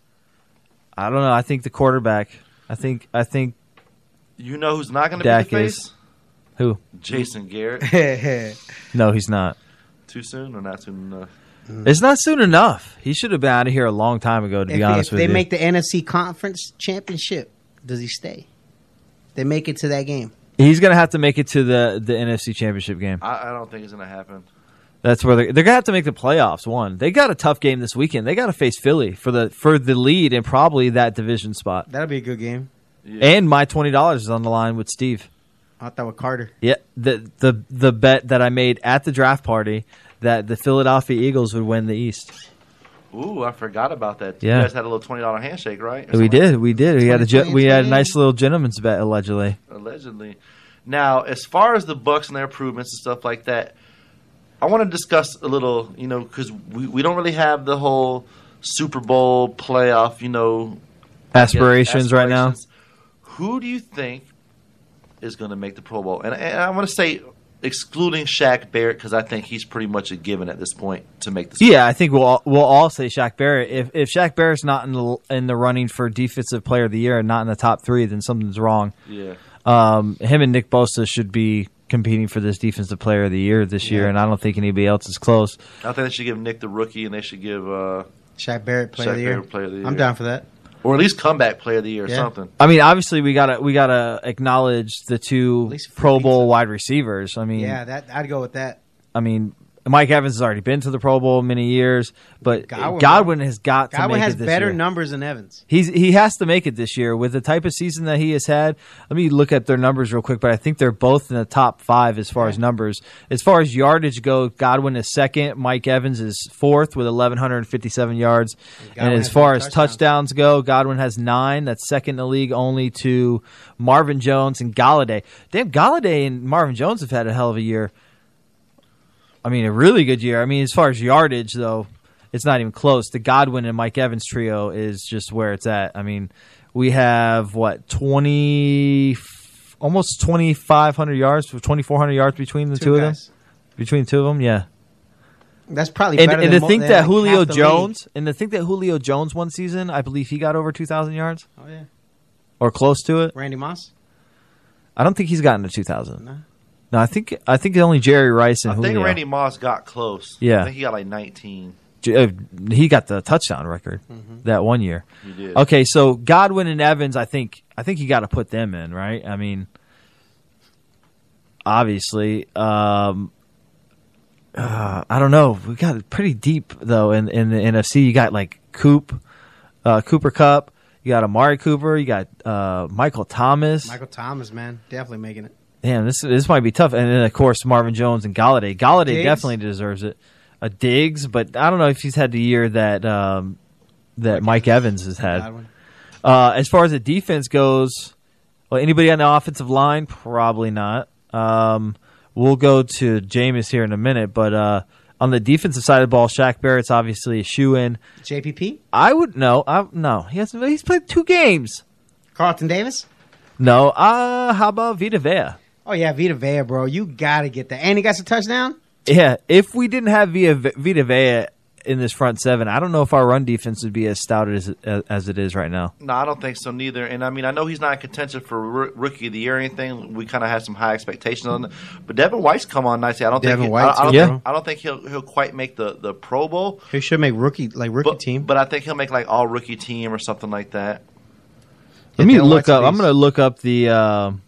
Speaker 2: I don't know. I think the quarterback. I think. I think
Speaker 1: You know who's not going to
Speaker 2: Dak
Speaker 1: be the face?
Speaker 2: is. who?
Speaker 1: Jason Garrett.
Speaker 2: No, he's not.
Speaker 1: too uh, soon or not soon enough?
Speaker 2: It's not soon enough. He should have been out of here a long time ago. To
Speaker 3: if,
Speaker 2: be honest
Speaker 3: if
Speaker 2: with
Speaker 3: they
Speaker 2: you,
Speaker 3: make the NFC conference championship, does he stay? They make it to that game.
Speaker 2: he's going to have to make it to the the NFC Championship game.
Speaker 1: I, I don't think it's going to happen.
Speaker 2: That's where they're, they're gonna have to make the playoffs. One, they got a tough game this weekend. They got to face Philly for the for the lead and probably that division spot.
Speaker 3: That'll be a good game.
Speaker 2: And my twenty dollars is on the line with Steve.
Speaker 3: I thought with Carter.
Speaker 2: Yeah, the the the bet that I made at the draft party that the Philadelphia Eagles would win the East.
Speaker 1: Ooh, I forgot about that.
Speaker 2: Yeah.
Speaker 1: You guys had a little twenty dollar handshake, right? Or
Speaker 2: We
Speaker 1: something
Speaker 2: did, we did. We had a ge-
Speaker 3: 20,
Speaker 2: we had a
Speaker 3: 20.
Speaker 2: nice little gentleman's bet allegedly.
Speaker 1: allegedly. Now, as far as the Bucks and their improvements and stuff like that, I want to discuss a little, you know, because we, we don't really have the whole Super Bowl playoff, you know,
Speaker 2: Aspirations, right now.
Speaker 1: aspirations. Who do you think is going to make the Pro Bowl? And, and I want to say, excluding Shaq Barrett, because I think he's pretty much a given at this point to make this.
Speaker 2: Yeah, I think we'll all, we'll all say Shaq Barrett. If if Shaq Barrett's not in the in the running for defensive player of the year and not in the top three, then something's wrong.
Speaker 1: yeah.
Speaker 2: Um, him and Nick Bosa should be competing for this defensive player of the year this year, and I don't think anybody else is close.
Speaker 1: I think they should give Nick the rookie, and they should give, uh,
Speaker 3: Shaq Barrett player
Speaker 1: Shaq
Speaker 3: of the year.
Speaker 1: Barrett Player of the Year.
Speaker 3: I'm down for that.
Speaker 1: or at least comeback player of the year or
Speaker 3: Yeah.
Speaker 1: something.
Speaker 2: I mean, obviously we gotta we gotta acknowledge the two
Speaker 3: least if we
Speaker 2: Pro
Speaker 3: think
Speaker 2: Bowl
Speaker 3: so.
Speaker 2: wide receivers. I mean,
Speaker 3: Yeah, that I'd go with that.
Speaker 2: I mean, Mike Evans has already been to the Pro Bowl many years, but Godwin,
Speaker 3: Godwin-
Speaker 2: has got to
Speaker 3: Godwin
Speaker 2: make
Speaker 3: has
Speaker 2: it this
Speaker 3: better
Speaker 2: year.
Speaker 3: numbers than Evans.
Speaker 2: He's he has to make it this year with the type of season that he has had. Let me look at their numbers real quick, but I think they're both in the top five as far as numbers. As far as yardage go, Godwin is second, Mike Evans is fourth with eleven hundred and fifty seven yards.
Speaker 3: Godwin
Speaker 2: and
Speaker 3: has
Speaker 2: as far
Speaker 3: more
Speaker 2: as
Speaker 3: touchdowns.
Speaker 2: touchdowns go, Godwin has nine. That's second in the league only to Marvin Jones and Galladay. Damn, Galladay and Marvin Jones have had a hell of a year. I mean, a really good year. I mean, as far as yardage, though, it's not even close. The Godwin and Mike Evans trio is just where it's at. I mean, we have what twenty, almost twenty five hundred yards, twenty four hundred yards between the two, of them.
Speaker 3: guys.
Speaker 2: Between the two of them, yeah.
Speaker 3: That's probably
Speaker 2: And,
Speaker 3: better
Speaker 2: and to
Speaker 3: than mo-
Speaker 2: think
Speaker 3: than,
Speaker 2: that
Speaker 3: like,
Speaker 2: Julio
Speaker 3: half the
Speaker 2: Jones, and to think that Julio Jones one season, I believe he got over two thousand yards
Speaker 3: league. Oh yeah,
Speaker 2: or close to it.
Speaker 3: Randy Moss.
Speaker 2: I don't think he's gotten to two thousand.
Speaker 3: No.
Speaker 2: No, I think I think only Jerry Rice and
Speaker 1: I
Speaker 2: Julio.
Speaker 1: think Randy Moss got close.
Speaker 2: Yeah.
Speaker 1: I think he got like 19.
Speaker 2: J- uh, he got the touchdown record
Speaker 3: Mm-hmm.
Speaker 2: that one year.
Speaker 1: He did.
Speaker 2: Okay, so Godwin and Evans, I think I think you got to put them in, right? I mean, obviously, um, uh, I don't know. We got pretty deep though in in the NFC. You got like Coop, uh, Cooper Cup. You got Amari Cooper. You got uh, Michael Thomas.
Speaker 3: Michael Thomas, man, definitely making it.
Speaker 2: Damn, this this might be tough. And then of course Marvin Jones and Galladay. Galladay
Speaker 3: Diggs?
Speaker 2: definitely deserves it. A Diggs, but I don't know if he's had the year that um, that Mike Evans has had.
Speaker 3: Godwin.
Speaker 2: Uh, as far as the defense goes, well, anybody on the offensive line? Probably not. Um, we'll go to Jameis here in a minute, but uh, on the defensive side of the ball, Shaq Barrett's obviously a shoe in.
Speaker 3: JPP,
Speaker 2: I would no, I, no, he hasn't. He's played two games.
Speaker 3: Carlton Davis.
Speaker 2: No, uh, how about Vita Vea?
Speaker 3: Oh yeah, Vita Vea, bro, you gotta get that. And he got a touchdown.
Speaker 2: Yeah, if we didn't have Via Vita Vea in this front seven, I don't know if our run defense would be as stout as as it is right now.
Speaker 1: No, I don't think so neither. And I mean, I know he's not in contention for roo- rookie of the year or anything. We kind of had some high expectations on it. But Devin White's come on nicely. I don't
Speaker 3: Devin
Speaker 1: think he, I,
Speaker 3: White's
Speaker 1: I don't
Speaker 2: good,
Speaker 1: think, I don't think he'll he'll quite make the, the Pro Bowl,
Speaker 3: He should make rookie like rookie
Speaker 1: but but I think he'll make like all rookie team or something like that.
Speaker 2: Let me
Speaker 3: Dale
Speaker 2: look
Speaker 3: White's
Speaker 2: up.
Speaker 3: a
Speaker 2: I'm
Speaker 3: beast.
Speaker 2: going to look up the um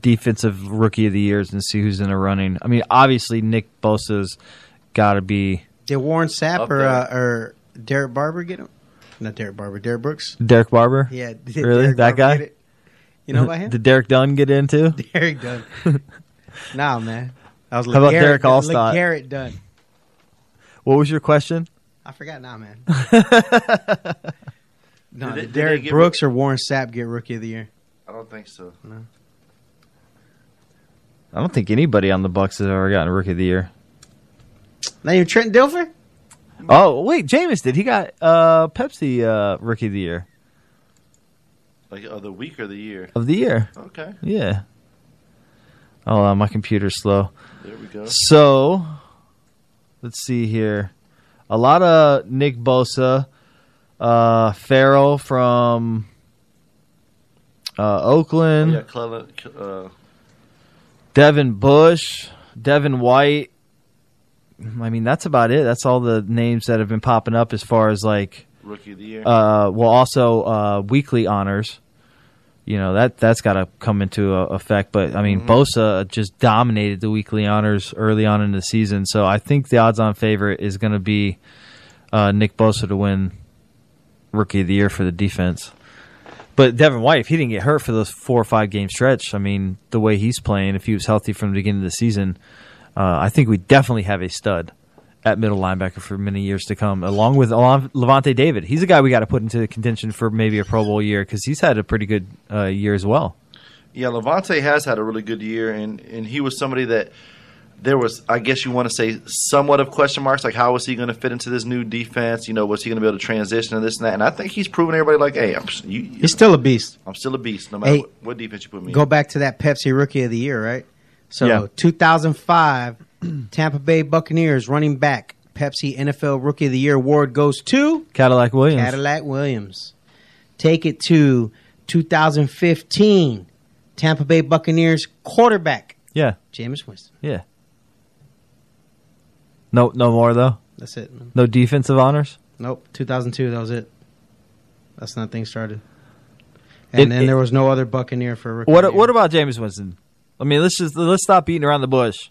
Speaker 2: defensive rookie of the years and see who's in the running. I mean, obviously Nick Bosa's got to be
Speaker 3: Did Warren Sapp
Speaker 1: Up
Speaker 3: or
Speaker 1: there.
Speaker 3: uh, or Derek Barber get him? Not Derek Barber, Derek Brooks.
Speaker 2: Derek Barber.
Speaker 3: Yeah, did
Speaker 2: really,
Speaker 3: Derek
Speaker 2: that
Speaker 3: Barber
Speaker 2: guy.
Speaker 3: get it? You know about him?
Speaker 2: Did Derek Dunn get into?
Speaker 3: Derek Dunn. nah, man. I was
Speaker 2: How about Derek
Speaker 3: Dunn-
Speaker 2: Allstott?
Speaker 3: LeGarrette Dunn.
Speaker 2: What was your question?
Speaker 3: I forgot now, man. no,
Speaker 1: Did they-
Speaker 3: did,
Speaker 1: did they
Speaker 3: Derek
Speaker 1: give
Speaker 3: Brooks or Warren Sapp get Rookie of the Year?
Speaker 1: I don't think so.
Speaker 2: I don't think anybody on the Bucks has ever gotten rookie of the year.
Speaker 3: Not even Trent Dilfer.
Speaker 2: Oh wait, Jameis did he got uh, Pepsi uh, rookie of the year
Speaker 1: Like of the week or the year.
Speaker 2: of the year?
Speaker 1: Okay,
Speaker 2: Yeah. Oh, uh, my computer's slow.
Speaker 1: there we go.
Speaker 2: So, let's see here. A lot of Nick Bosa, uh, Farrell from uh, Oakland,
Speaker 1: Oh, Yeah, Cleveland. Uh,
Speaker 2: Devin Bush, Devin White. I mean, that's about it. That's all the names that have been popping up as far as like,
Speaker 1: rookie of the year.
Speaker 2: uh, well, also uh, weekly honors. You know that that's got to come into uh, effect. But I mean, Bosa just dominated the weekly honors early on in the season, so I think the odds-on favorite is going to be uh, Nick Bosa to win Rookie of the Year for the defense. But Devin White, if he didn't get hurt for those four or five game stretch, I mean, the way he's playing, if he was healthy from the beginning of the season, uh, I think we definitely have a stud at middle linebacker for many years to come, along with Alon- Levante David. He's a guy we got to put into contention for maybe a Pro Bowl year because he's had a pretty good uh, year as well.
Speaker 1: Yeah, Levante has had a really good year, and, and he was somebody that there was, I guess you want to say, somewhat of question marks. Like, how was he going to fit into this new defense? You know, was he going to be able to transition and this and that? And I think he's proven everybody, like, hey, I'm, you, you,
Speaker 3: He's still a beast.
Speaker 1: I'm still a beast, no matter
Speaker 3: Hey,
Speaker 1: what, what defense you put me
Speaker 3: Go
Speaker 1: in.
Speaker 3: back to that Pepsi Rookie of the Year, right? So
Speaker 2: Yeah.
Speaker 3: 2005, Tampa Bay Buccaneers running back Pepsi NFL Rookie of the Year award goes to
Speaker 2: Cadillac Williams.
Speaker 3: Cadillac Williams. Take it to 2015, Tampa Bay Buccaneers quarterback
Speaker 2: Yeah,
Speaker 3: Jameis Winston.
Speaker 2: yeah. No, no more though.
Speaker 3: That's it. man.
Speaker 2: No defensive honors.
Speaker 3: Nope. 2002. That was it. That's when that thing started. And
Speaker 2: It-
Speaker 3: then
Speaker 2: it-
Speaker 3: there was no other Buccaneer for rookie. of
Speaker 2: What
Speaker 3: the
Speaker 2: what
Speaker 3: year.
Speaker 2: about James Winston? I mean, let's just let's stop beating around the bush.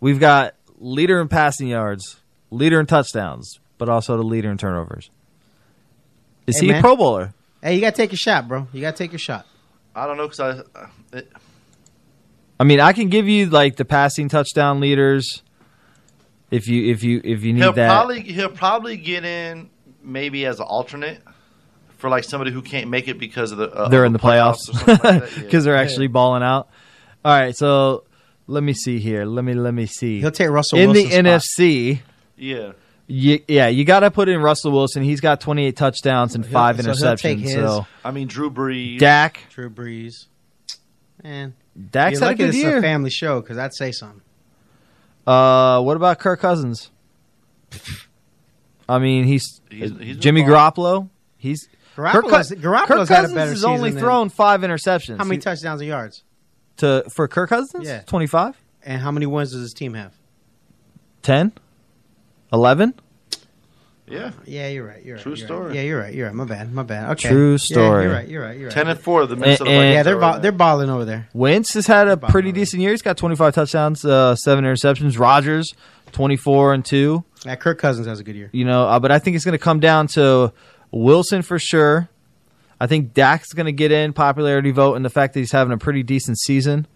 Speaker 2: We've got leader in passing yards, leader in touchdowns, but also the leader in turnovers. Is
Speaker 3: Hey,
Speaker 2: he
Speaker 3: man.
Speaker 2: a Pro Bowler?
Speaker 3: Hey, you gotta take your shot, bro. You gotta take your shot.
Speaker 1: I don't know because I. Uh, it,
Speaker 2: I mean, I can give you like the passing touchdown leaders if you if you if you need
Speaker 1: he'll
Speaker 2: that.
Speaker 1: probably he'll probably get in maybe as an alternate for like somebody who can't make it because of the uh,
Speaker 2: they're in the playoffs
Speaker 1: or something like that.
Speaker 2: because
Speaker 1: Yeah.
Speaker 2: they're actually balling out. All right, so let me see here. Let me let me see.
Speaker 3: He'll take Russell
Speaker 2: in the
Speaker 3: Wilson's spot.
Speaker 2: NFC.
Speaker 1: yeah.
Speaker 2: You, yeah, you got to put in Russell Wilson. He's got 28 touchdowns and
Speaker 3: He'll-
Speaker 2: five
Speaker 3: so he'll take
Speaker 2: interceptions.
Speaker 3: his.
Speaker 2: So
Speaker 1: I mean Drew Brees.
Speaker 2: Dak,
Speaker 3: Drew Brees. Man,
Speaker 2: Dak's
Speaker 3: you're
Speaker 2: had a
Speaker 3: lucky
Speaker 2: good
Speaker 3: this is a
Speaker 2: year.
Speaker 3: family show because I'd say something.
Speaker 2: Uh, what about Kirk Cousins? I mean, he's,
Speaker 1: He's- he's
Speaker 2: Jimmy
Speaker 1: been balling.
Speaker 2: Garoppolo. He's Kirk,
Speaker 3: Garoppolo's,
Speaker 2: Cous-
Speaker 3: Garoppolo's
Speaker 2: Kirk
Speaker 3: had a
Speaker 2: Cousins
Speaker 3: better
Speaker 2: has
Speaker 3: season
Speaker 2: only
Speaker 3: than-
Speaker 2: thrown five interceptions.
Speaker 3: How many
Speaker 2: He-
Speaker 3: touchdowns and yards?
Speaker 2: to for Kirk Cousins?
Speaker 3: Yeah.
Speaker 2: 25,
Speaker 3: And how many wins does his team have?
Speaker 2: 10, 11.
Speaker 1: Yeah.
Speaker 3: Yeah, you're right. You're right.
Speaker 1: True
Speaker 3: you're right.
Speaker 1: story.
Speaker 3: Yeah, you're right. You're right. My bad. My bad. Okay.
Speaker 2: True
Speaker 3: Yeah,
Speaker 2: story.
Speaker 3: you're right. You're right. You're right.
Speaker 1: Ten and four. The Minnesota
Speaker 2: and-
Speaker 1: Vikings
Speaker 3: yeah,
Speaker 1: are
Speaker 3: they're
Speaker 1: right
Speaker 3: ball,
Speaker 1: now.
Speaker 3: they're balling over there.
Speaker 2: Wentz has had a
Speaker 3: About
Speaker 2: pretty
Speaker 3: right.
Speaker 2: decent year. He's got 25 touchdowns, uh, seven interceptions. Rogers, 24 and two.
Speaker 3: Yeah, Kirk Cousins has a good year.
Speaker 2: you know. Uh, but I think it's going to come down to Wilson for sure. I think Dak's going to get in popularity vote, and the fact that he's having a pretty decent season.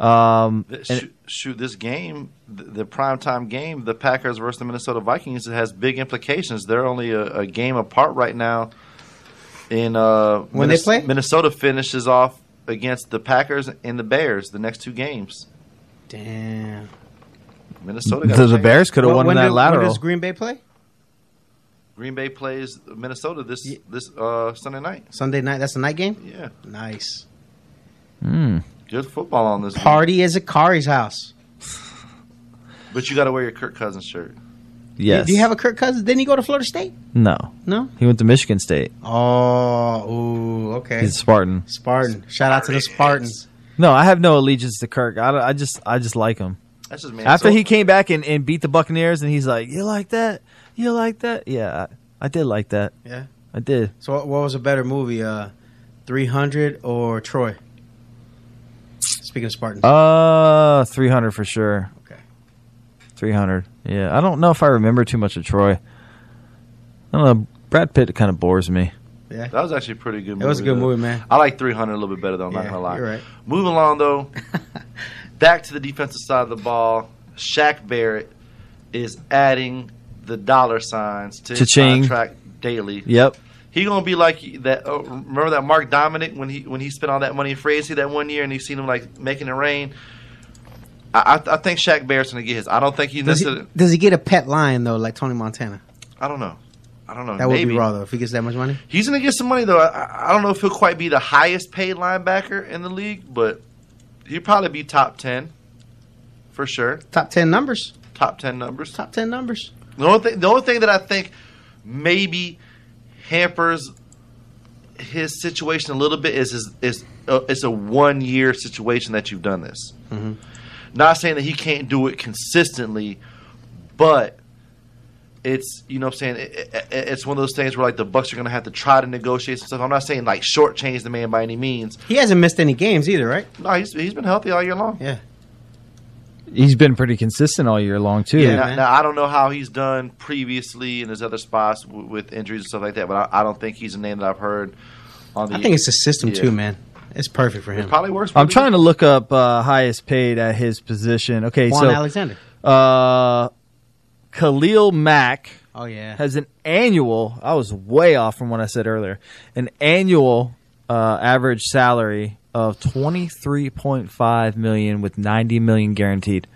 Speaker 2: Um,
Speaker 1: Th-
Speaker 2: and-
Speaker 1: shoot, shoot, this game, th- the primetime game, the Packers versus the Minnesota Vikings, it has big implications. They're only a, a game apart right now. In uh,
Speaker 3: When they
Speaker 1: Minnes-
Speaker 3: play?
Speaker 1: Minnesota finishes off against the Packers and the Bears the next two games.
Speaker 3: Damn.
Speaker 1: Minnesota got
Speaker 2: the,
Speaker 1: a
Speaker 2: the
Speaker 1: chance.
Speaker 2: Bears could have
Speaker 3: Well,
Speaker 2: won
Speaker 3: when
Speaker 2: that
Speaker 3: do- When
Speaker 2: lateral.
Speaker 3: does Green Bay play?
Speaker 1: Green Bay plays Minnesota this
Speaker 3: Ye-
Speaker 1: this uh, Sunday night.
Speaker 3: Sunday night. That's a night game.
Speaker 1: Yeah,
Speaker 3: Nice.
Speaker 2: Hmm,
Speaker 1: good football on this. Part,
Speaker 3: Party is at Kari's house.
Speaker 1: but you got to wear your Kirk Cousins shirt.
Speaker 2: yes.
Speaker 3: Do you have a Kirk Cousins? Didn't he go to Florida State?
Speaker 2: no?
Speaker 3: No.
Speaker 2: He went to Michigan State.
Speaker 3: Oh. Ooh. Okay.
Speaker 2: He's a Spartan.
Speaker 3: Spartan. Shout out to the Spartans.
Speaker 2: No, I have no allegiance to Kirk. I, don't- I just I just like him.
Speaker 1: That's just man.
Speaker 2: After
Speaker 1: so-
Speaker 2: he came back and, and beat the Buccaneers, and he's like, "You like that? You like that? Yeah, I, I did like that.
Speaker 3: Yeah.
Speaker 2: I did."
Speaker 3: So what, what was a better movie, uh, 300 or Troy? Speaking of Spartans.
Speaker 2: Uh, three hundred for sure.
Speaker 3: Okay.
Speaker 2: Three hundred. Yeah, I don't know if I remember too much of Troy. I don't know. Brad Pitt kind of bores me.
Speaker 3: yeah.
Speaker 1: That was actually a pretty good. movie.
Speaker 3: It was a good
Speaker 1: though.
Speaker 3: movie, man.
Speaker 1: I like 300 a little bit better though. I'm not
Speaker 3: Yeah,
Speaker 1: gonna lie.
Speaker 3: you're right.
Speaker 1: Moving along though, back to the defensive side of the ball. Shaq Barrett is adding the dollar signs to his
Speaker 2: Cha-ching.
Speaker 1: contract daily.
Speaker 2: Yep.
Speaker 1: He gonna be like that. Oh, remember that Mark Dominic when he when he spent all that money in free agency that one year and he seen him like making it rain. I, I, I think Shaq Barrett's gonna get his. I don't think he
Speaker 3: Does he,
Speaker 1: necessarily.
Speaker 3: does he get a pet lion though, like Tony Montana?
Speaker 1: I don't know. I don't know.
Speaker 3: That would
Speaker 1: Maybe.
Speaker 3: be raw though if he gets that much money.
Speaker 1: He's going to get some money though. I- I, I don't know if he'll quite be the highest paid linebacker in the league, but he'll probably be top ten for sure.
Speaker 3: Top ten numbers.
Speaker 1: Top ten numbers.
Speaker 3: Top ten numbers.
Speaker 1: The only thing, the only thing that I think maybe hampers his situation a little bit is is, is uh, it's a one year situation that you've done this.
Speaker 3: Mm-hmm.
Speaker 1: Not saying that he can't do it consistently, but it's you know what I'm saying it, it, it's one of those things where like the Bucks are going to have to try to negotiate some stuff. I'm not saying like shortchange the man by any means.
Speaker 3: He hasn't missed any games either, right?
Speaker 1: No, he's he's been healthy all year long.
Speaker 3: Yeah.
Speaker 2: He's been pretty consistent all year long too.
Speaker 1: Yeah, now,
Speaker 3: man.
Speaker 1: now, I don't know how he's done previously in his other spots w- with injuries and stuff like that, but I, I don't think he's a name that I've heard On the,
Speaker 3: I think it's the system
Speaker 1: Yeah.
Speaker 3: too, man. It's perfect for
Speaker 1: it
Speaker 3: him.
Speaker 1: probably works.
Speaker 2: I'm trying to look up uh, highest paid at his position. Okay,
Speaker 3: Juan
Speaker 2: so
Speaker 3: Alexander.
Speaker 2: uh, Khalil Mack
Speaker 3: Oh yeah.
Speaker 2: has an annual. I was way off from what I said earlier. An annual uh, average salary of twenty three point five million with ninety million guaranteed.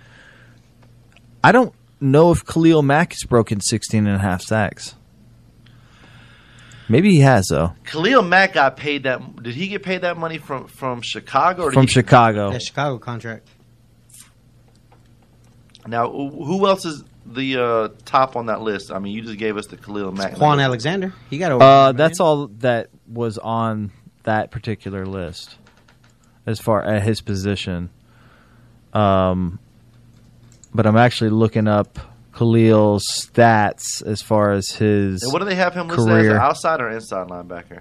Speaker 2: I don't know if Khalil Mack has broken 16 and a half sacks. Maybe he has though.
Speaker 1: Khalil Mack got paid that. Did he get paid that money from from Chicago? Or did
Speaker 2: From
Speaker 1: he-
Speaker 2: Chicago.
Speaker 3: That Chicago contract.
Speaker 1: Now, who else is the uh, top on that list? I mean, you just gave us the Khalil Mack.
Speaker 3: Juan Alexander. He got over.
Speaker 2: Uh, that's all that was on that particular list, as far as his position. Um, but I'm actually looking up Khalil's stats as far as his.
Speaker 1: And what do they have him listed as?
Speaker 2: Career.
Speaker 1: An outside or inside linebacker?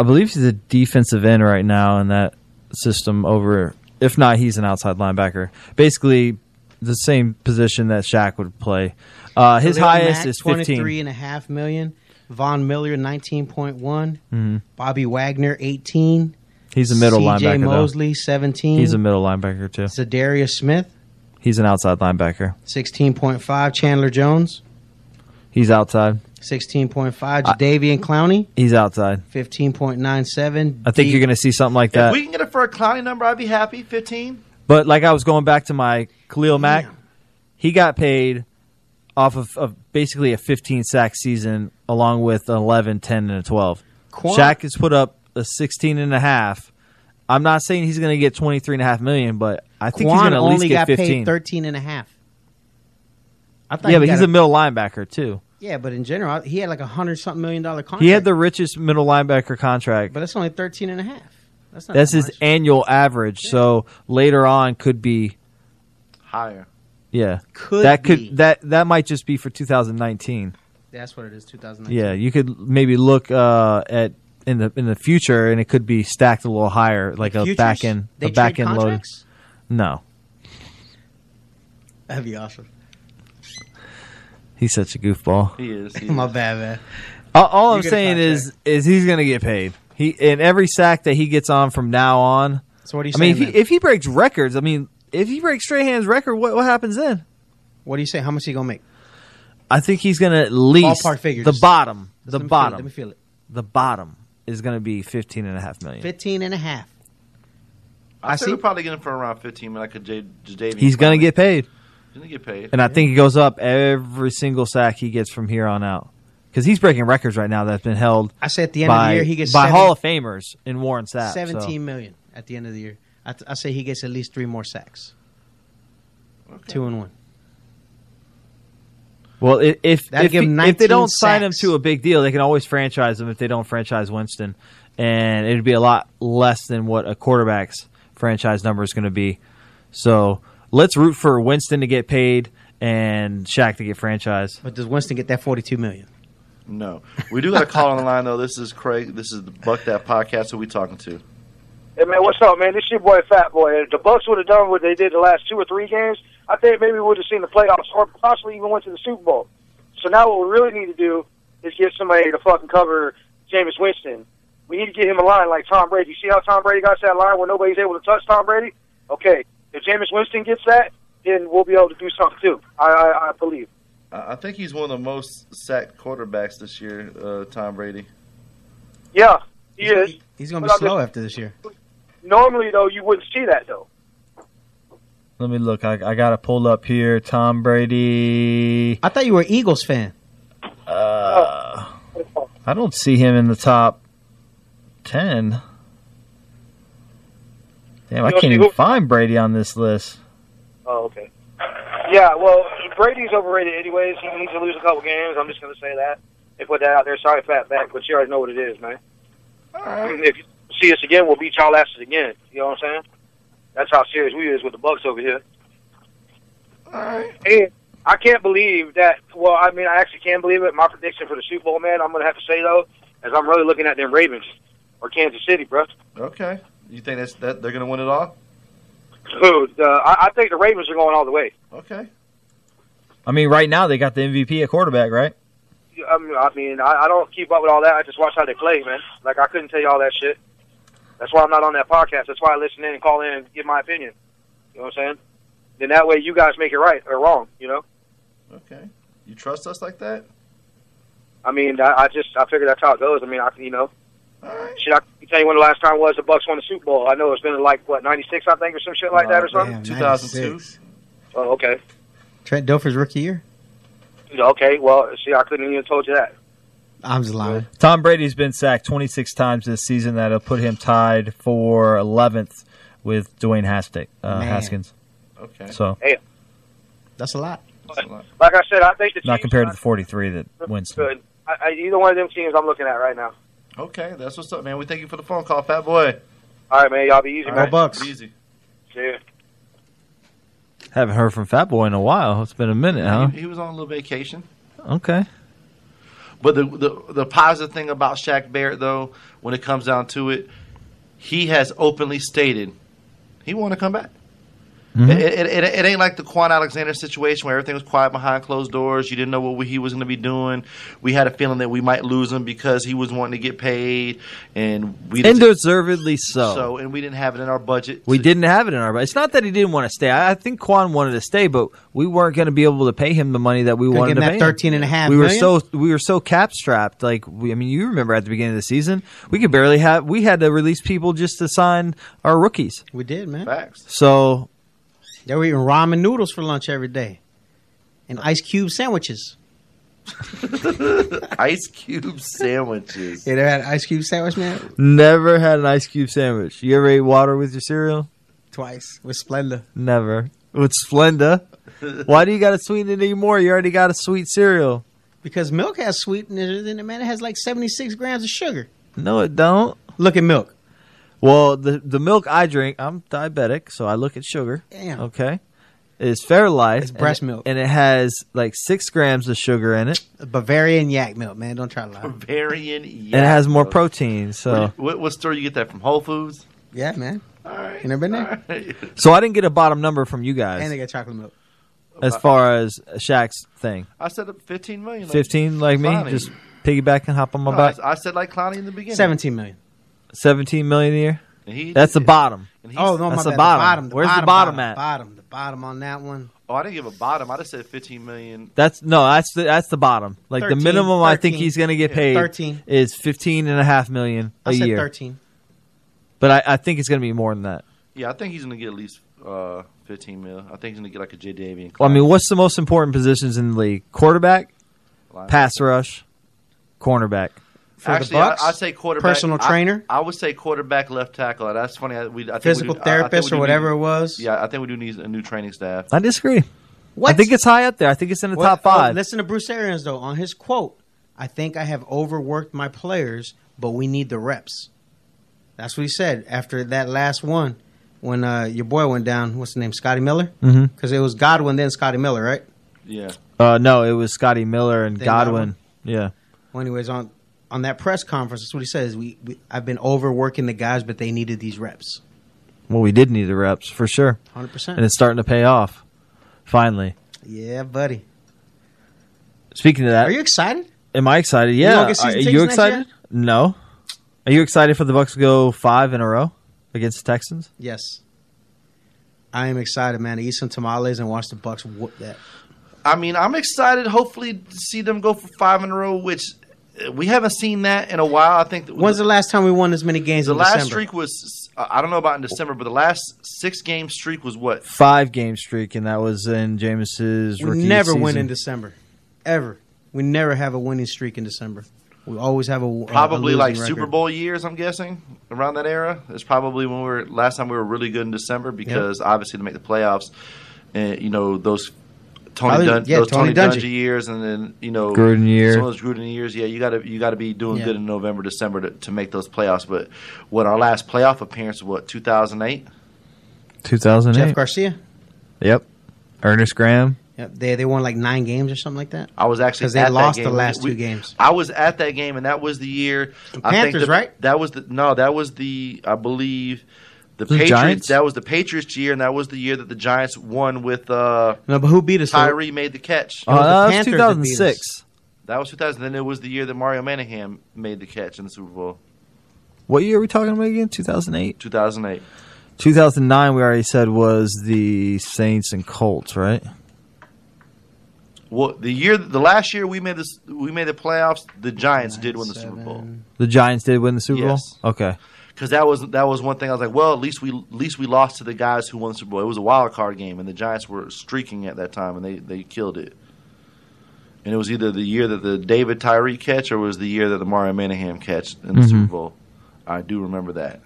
Speaker 2: I believe he's a defensive end right now in that system. Over, if not, he's an outside linebacker. Basically, the same position that Shaq would play. Uh, his
Speaker 3: Khalil
Speaker 2: highest
Speaker 3: Mack,
Speaker 2: is 15.
Speaker 3: 23 and a half million. Von Miller 19.1. Bobby Wagner 18.
Speaker 2: Mm-hmm. He's a middle
Speaker 3: CJ
Speaker 2: linebacker. Though.
Speaker 3: Mosley 17.
Speaker 2: He's a middle linebacker too.
Speaker 3: Zadarius Smith
Speaker 2: He's an outside linebacker.
Speaker 3: 16.5. Chandler Jones
Speaker 2: He's outside.
Speaker 3: 16.5. Jadavian Clowney
Speaker 2: He's outside.
Speaker 3: 15.97.
Speaker 2: I think
Speaker 3: D-
Speaker 2: you're going to see something like
Speaker 1: if
Speaker 2: that.
Speaker 1: we can get it for a clowny number, I'd be happy. Fifteen.
Speaker 2: but like I was going back to my Khalil Mack,
Speaker 3: Damn.
Speaker 2: he got paid off of, of basically a 15 sack season along with 11, 10, and a 12.
Speaker 3: Quan-
Speaker 2: Shaq has put up a 16 and a half. I'm not saying he's going to get 23 and a half million, but I think he's
Speaker 3: Quan
Speaker 2: going to at least
Speaker 3: only
Speaker 2: get
Speaker 3: got paid
Speaker 2: 15.
Speaker 3: 13 and a half. I thought
Speaker 2: yeah,
Speaker 3: he
Speaker 2: but
Speaker 3: got
Speaker 2: he's a middle linebacker too.
Speaker 3: yeah, but in general, he had like a hundred something million dollar contract.
Speaker 2: He had the richest middle linebacker contract.
Speaker 3: but that's only 13 and a half. That's not
Speaker 2: That's
Speaker 3: that
Speaker 2: his
Speaker 3: much.
Speaker 2: annual average. So later on could be
Speaker 1: Higher.
Speaker 2: yeah.
Speaker 3: Could
Speaker 2: that could
Speaker 3: be.
Speaker 2: that that might just be for 2019.
Speaker 3: That's what it is. 2019.
Speaker 2: Yeah, you could maybe look uh, at in the in the future, and it could be stacked a little higher, like a
Speaker 3: Futures,
Speaker 2: back end
Speaker 3: they
Speaker 2: a back
Speaker 3: trade
Speaker 2: end load.
Speaker 3: contracts?
Speaker 2: No,
Speaker 3: That'd be awesome.
Speaker 2: he's such a goofball.
Speaker 1: He is. He
Speaker 3: My
Speaker 1: is.
Speaker 3: bad, man.
Speaker 2: All, all
Speaker 3: You
Speaker 2: I'm
Speaker 3: get a
Speaker 2: saying is is he's gonna get paid. He in every sack that he gets on from now on.
Speaker 3: So what are you
Speaker 2: I mean,
Speaker 3: saying?
Speaker 2: if he,
Speaker 3: then?
Speaker 2: if he breaks records, I mean, if he breaks Strahan's record, what what happens then?
Speaker 3: what do you say? How much he gonna make?
Speaker 2: I think he's gonna at least
Speaker 3: Ballpark figures.
Speaker 2: the bottom, the
Speaker 3: Let me feel it, Let
Speaker 2: bottom,
Speaker 3: me feel it.
Speaker 2: the bottom is gonna be 15 and a half million.
Speaker 3: 15 and a half.
Speaker 1: I
Speaker 3: I
Speaker 1: see.
Speaker 3: see.
Speaker 1: We're probably getting it for around fifteen, but I could J- Jadavian.
Speaker 2: He's gonna
Speaker 1: Clowney.
Speaker 2: get paid.
Speaker 1: He's gonna get paid.
Speaker 2: And I think it goes up every single sack he gets from here on out. Because he's breaking records right now that's been held
Speaker 3: I say at the end of
Speaker 2: by,
Speaker 3: the year he gets
Speaker 2: by
Speaker 3: seven-
Speaker 2: Hall of Famers in Warren Sapp. so-
Speaker 3: 17 million at the end of the year. I, th- I say he gets at least three more sacks. Two and one.
Speaker 2: Well, i- if
Speaker 3: That'd
Speaker 2: if,
Speaker 3: give
Speaker 2: he-
Speaker 3: him
Speaker 2: if they
Speaker 3: 19
Speaker 2: don't sign him
Speaker 3: sacks.
Speaker 2: to a big deal, they can always franchise him if they don't franchise Winston. And it'd be a lot less than what a quarterback's franchise number is going to be. So let's root for Winston to get paid and Shaq to get franchised.
Speaker 3: But does Winston get that 42 million?
Speaker 1: No, we do got a call on the line though. This is Craig. This is the Buck That Podcast. Who we talking to?
Speaker 4: Hey man, what's up, man? This your boy Fat Boy. If the Bucks would have done what they did the last two or three games, I think maybe we would have seen the playoffs or possibly even went to the Super Bowl. So now what we really need to do is get somebody to fucking cover Jameis Winston. We need to get him a line like Tom Brady. You see how Tom Brady got that line where nobody's able to touch Tom Brady? Okay, if Jameis Winston gets that, then we'll be able to do something too. I I, I believe.
Speaker 1: I I think he's one of the most sacked quarterbacks this year, uh, Tom Brady.
Speaker 4: Yeah, he is.
Speaker 3: He's gonna be
Speaker 4: But I'm
Speaker 3: slow
Speaker 4: just-
Speaker 3: after this year.
Speaker 4: Normally though, you wouldn't see that though.
Speaker 2: Let me look. I, I got it pulled up here. Tom Brady.
Speaker 3: I thought you were an Eagles fan.
Speaker 2: Uh, I don't see him in the top ten. Damn, I
Speaker 4: You don't
Speaker 2: can't
Speaker 4: see
Speaker 2: even
Speaker 4: who-
Speaker 2: find Brady on this list.
Speaker 4: Oh, okay. Yeah, well, Brady's overrated anyways. He needs to lose a couple games. I'm just going to say that. They put that out there. Sorry, Fat Back, but you already know what it is, man. If you see us again, we'll beat y'all asses again. You know what I'm saying? That's how serious we is with the Bucks over here. And I can't believe that. Well, I mean, I actually can't believe it. My prediction for the Super Bowl, man, I'm going to have to say, though, is I'm really looking at them Ravens or Kansas City, bruh.
Speaker 1: Okay, you think that's that they're gonna win it all?
Speaker 4: Dude, uh, I, I think the Ravens are going all the way.
Speaker 1: Okay,
Speaker 2: I mean, right now they got the MVP at quarterback, right?
Speaker 4: I mean, I, mean I, I don't keep up with all that. I just watch how they play, man. Like I couldn't tell you all that shit. That's why I'm not on that podcast. That's why I listen in and call in and give my opinion. You know what I'm saying? Then that way you guys make it right or wrong. You know?
Speaker 1: Okay. You trust us like that?
Speaker 4: I mean, I, I just I figured that's how it goes. I mean, I you know,
Speaker 1: All right.
Speaker 4: shit. I can tell you when the last time was the Bucks won the Super Bowl. I know it's been like what 96, I think, or some shit like
Speaker 1: Uh,
Speaker 4: that or
Speaker 3: Oh,
Speaker 4: something.
Speaker 3: damn,
Speaker 1: 2002.
Speaker 3: 96.
Speaker 4: Oh, okay.
Speaker 3: Trent Dilfer's rookie year.
Speaker 4: Okay, well, see, I couldn't even told you that.
Speaker 3: I'm just lying.
Speaker 5: Tom Brady's been sacked 26 times this season. That'll put him tied for 11th with Dwayne Hastick, uh,
Speaker 3: Man.
Speaker 5: Haskins.
Speaker 1: Okay.
Speaker 5: So
Speaker 3: That's a lot.
Speaker 1: That's a lot.
Speaker 4: Like I said, I think the
Speaker 5: not
Speaker 4: Chiefs-
Speaker 5: compared to the 43 that Winston.
Speaker 4: good. I, I, either one of them teams I'm looking at right now.
Speaker 1: Okay, that's what's up, man. We thank you for the phone call, Fat Boy.
Speaker 4: All right, man, y'all be easy,
Speaker 1: All
Speaker 4: man.
Speaker 1: right,
Speaker 3: Bucks.
Speaker 1: be Easy.
Speaker 4: See ya.
Speaker 2: Haven't heard from Fat Boy in a while. It's been a minute, huh?
Speaker 1: He, he was on a little vacation.
Speaker 2: Okay.
Speaker 1: But the, the the positive thing about Shaq Barrett, though, when it comes down to it, he has openly stated he want to come back.
Speaker 2: Mm-hmm.
Speaker 1: It, it, it, it ain't like the Quan Alexander situation where everything was quiet behind closed doors. You didn't know what he was going to be doing. We had a feeling that we might lose him because he was wanting to get paid, and we
Speaker 2: And
Speaker 1: didn't,
Speaker 2: deservedly so.
Speaker 1: so and we didn't have it in our budget.
Speaker 2: We
Speaker 1: to-
Speaker 2: didn't have it in our. It's not that he didn't want to stay. I, I think Quan wanted to stay, but we weren't going to be able to pay him the money that we
Speaker 3: Gonna
Speaker 2: wanted
Speaker 3: give him
Speaker 2: to
Speaker 3: that
Speaker 2: pay.
Speaker 3: 13 and a half
Speaker 2: We were
Speaker 3: million?
Speaker 2: so we were so cap strapped. Like we, I mean, you remember at the beginning of the season, we could barely have. We had to release people just to sign our rookies.
Speaker 3: We did, man.
Speaker 1: facts.
Speaker 2: So
Speaker 3: They were eating ramen noodles for lunch every day, and ice cube sandwiches.
Speaker 1: Ice cube sandwiches.
Speaker 3: Yeah, they had an ice cube sandwich, man.
Speaker 2: never had an ice cube sandwich. You ever ate water with your cereal?
Speaker 3: Twice with Splenda.
Speaker 2: Never. With Splenda. Why do you got to sweeten it anymore? You already got a sweet cereal.
Speaker 3: Because milk has sweeteners in it, man. It has like 76 grams of sugar.
Speaker 2: No, it don't.
Speaker 3: Look at milk.
Speaker 2: Well, the the milk I drink, I'm diabetic, so I look at sugar.
Speaker 3: Damn.
Speaker 2: Okay. It's Fairlife.
Speaker 3: It's breast
Speaker 2: and it-
Speaker 3: milk.
Speaker 2: And it has like six grams of sugar in it.
Speaker 3: Bavarian yak milk, man. Don't try to lie.
Speaker 1: Bavarian.
Speaker 2: and it has more
Speaker 1: yak.
Speaker 2: protein. So
Speaker 1: What, what store you get that from? Whole Foods.
Speaker 3: Yeah, man.
Speaker 1: All right.
Speaker 3: You never been there?
Speaker 1: Alright.
Speaker 2: so I didn't get a bottom number from you
Speaker 3: And they
Speaker 2: guys
Speaker 3: got chocolate milk.
Speaker 2: as far as Shaq's thing.
Speaker 1: I said up 15 million. like-
Speaker 2: Fifteen like me,
Speaker 1: Clowny.
Speaker 2: just piggyback and hop on my
Speaker 1: No,
Speaker 2: back.
Speaker 1: I, I said like Clowney in the beginning.
Speaker 3: 17 million.
Speaker 2: Seventeen million a year.
Speaker 1: And he
Speaker 2: That's the
Speaker 1: did.
Speaker 2: bottom.
Speaker 1: And he's-
Speaker 3: Oh, no,
Speaker 2: That's
Speaker 3: my
Speaker 2: the
Speaker 3: bad.
Speaker 2: bottom.
Speaker 3: The bottom. The
Speaker 2: Where's the
Speaker 3: bottom,
Speaker 2: bottom at?
Speaker 3: Bottom. The bottom on that one.
Speaker 1: Oh, I didn't give a bottom. I just said 15 million.
Speaker 2: That's no, that's the that's the bottom. Like the
Speaker 3: 13,
Speaker 2: minimum I think
Speaker 3: 13,
Speaker 2: he's gonna get
Speaker 1: yeah,
Speaker 2: paid
Speaker 3: 13.
Speaker 2: is fifteen and a half million a
Speaker 3: I said
Speaker 2: year.
Speaker 3: 13.
Speaker 2: But I, I think it's gonna be more than that.
Speaker 1: Yeah, I think he's going to get at least uh, 15 mil. I think he's going to get like a JDavian.
Speaker 2: Well, I mean, what's the most important positions in the league? Quarterback,
Speaker 1: Line.
Speaker 2: pass rush, cornerback.
Speaker 3: For
Speaker 1: Actually,
Speaker 3: the Bucks,
Speaker 1: I, I say quarterback.
Speaker 3: Personal
Speaker 1: I-
Speaker 3: trainer?
Speaker 1: I would say quarterback, left tackle. That's funny. I, we, I think we
Speaker 3: physical
Speaker 1: do- I- I think
Speaker 3: therapist
Speaker 1: we
Speaker 3: or
Speaker 1: do
Speaker 3: whatever it
Speaker 1: Need,
Speaker 3: was.
Speaker 1: yeah, I think we do need a new training staff.
Speaker 2: I disagree.
Speaker 3: What?
Speaker 2: I think it's high up there. I think it's in the
Speaker 3: Well,
Speaker 2: top five.
Speaker 3: oh, listen to Bruce Arians though on his quote. I think I have overworked my players, but we need the reps. That's what he said after that last one when uh, your boy went down. What's the name? Scotty Miller. Because
Speaker 2: Mhm.
Speaker 3: it was Godwin then Scotty Miller, right?
Speaker 1: Yeah.
Speaker 2: uh, no, it was Scotty Miller and
Speaker 3: Then
Speaker 2: Godwin. Yeah.
Speaker 3: Well, anyways, on on that press conference, that's what he says. We, we I've been overworking the guys, but they needed these reps.
Speaker 2: Well, we did need the reps for sure,
Speaker 3: Hundred
Speaker 2: and
Speaker 3: percent.
Speaker 2: it's starting to pay off. Finally.
Speaker 3: Yeah, buddy.
Speaker 2: Speaking of that,
Speaker 3: Are you excited?
Speaker 2: am I excited?
Speaker 3: don't
Speaker 2: Uh, Yeah.
Speaker 3: get season
Speaker 2: Are
Speaker 3: tickets
Speaker 2: you
Speaker 3: next
Speaker 2: excited?
Speaker 3: year?
Speaker 2: No. Are you excited for the Bucks to go five in a row against the Texans?
Speaker 3: Yes. I am excited, man. To eat some tamales and watch the Bucks whoop that.
Speaker 1: I mean, I'm excited. Hopefully, to see them go for five in a row, which uh, we haven't seen that in a while. I think that
Speaker 3: When's the last time we won this many games?
Speaker 1: the
Speaker 3: in
Speaker 1: last
Speaker 3: December?
Speaker 1: streak was uh, I I don't know about in December, but the last six game streak was
Speaker 3: Uh,
Speaker 1: what
Speaker 2: Five game streak, and that was in Jameis's
Speaker 3: We
Speaker 2: rookie
Speaker 3: never
Speaker 2: season.
Speaker 3: win in December, ever. We never have a winning streak in December. We always have a a- a
Speaker 1: probably
Speaker 3: losing
Speaker 1: like
Speaker 3: record.
Speaker 1: Super Bowl years. I'm guessing around that era. It's probably when we were last time we were really good in December because obviously to make the playoffs, and you know those Tony
Speaker 3: Probably-
Speaker 1: Dun-
Speaker 3: yeah,
Speaker 1: those Tony,
Speaker 3: Tony
Speaker 1: Dungy.
Speaker 3: Dungy.
Speaker 1: years, and then you know
Speaker 2: Gruden year.
Speaker 1: some of those Gruden years. Yeah, you gotta you gotta be doing
Speaker 3: Yeah.
Speaker 1: good in November December to, to make those playoffs. But when our last playoff appearance was what 2008.
Speaker 3: Jeff
Speaker 2: 2008.
Speaker 3: Garcia.
Speaker 2: Yep. Ernest Graham.
Speaker 3: Yep, they they won like nine games or something like that.
Speaker 1: I was actually
Speaker 3: 'Cause they
Speaker 1: at that
Speaker 3: lost
Speaker 1: game.
Speaker 3: the
Speaker 1: We-
Speaker 3: last
Speaker 1: we-
Speaker 3: two games.
Speaker 1: I was at that game, and that was the year I
Speaker 3: Panthers,
Speaker 1: the-
Speaker 3: right?
Speaker 1: That was the no, that was the I believe the,
Speaker 2: it
Speaker 1: Patriots.
Speaker 2: Giants?
Speaker 1: That was the Patriots year, and that was the year that the Giants won with uh,
Speaker 3: No, but who beat us? though?
Speaker 1: Tyree made the catch.
Speaker 3: was the
Speaker 2: Uh, that was
Speaker 3: Panthers that beat us.
Speaker 2: 2006.
Speaker 1: That was 2000. Then it was the year that Mario Manningham made the catch in the Super Bowl,
Speaker 2: What year are we talking about again? 2008?
Speaker 1: 2008.
Speaker 2: 2009, we already said, was the Saints and Colts, right?
Speaker 1: Well, the year, the last year we made this, we made the playoffs. The Giants did win the Super
Speaker 3: Seven.
Speaker 1: Bowl
Speaker 2: The Giants did win the Super
Speaker 1: Yes.
Speaker 2: Bowl? Okay.
Speaker 1: because that was that was one thing I was like, well, at least we at least we lost to the guys who won the Super Bowl. It was a wild card game, and the Giants were streaking at that time, and they they killed it. And it was either the year that the David Tyree catch, or it was the year that the Mario Manningham catch in the Super Bowl. I do remember that.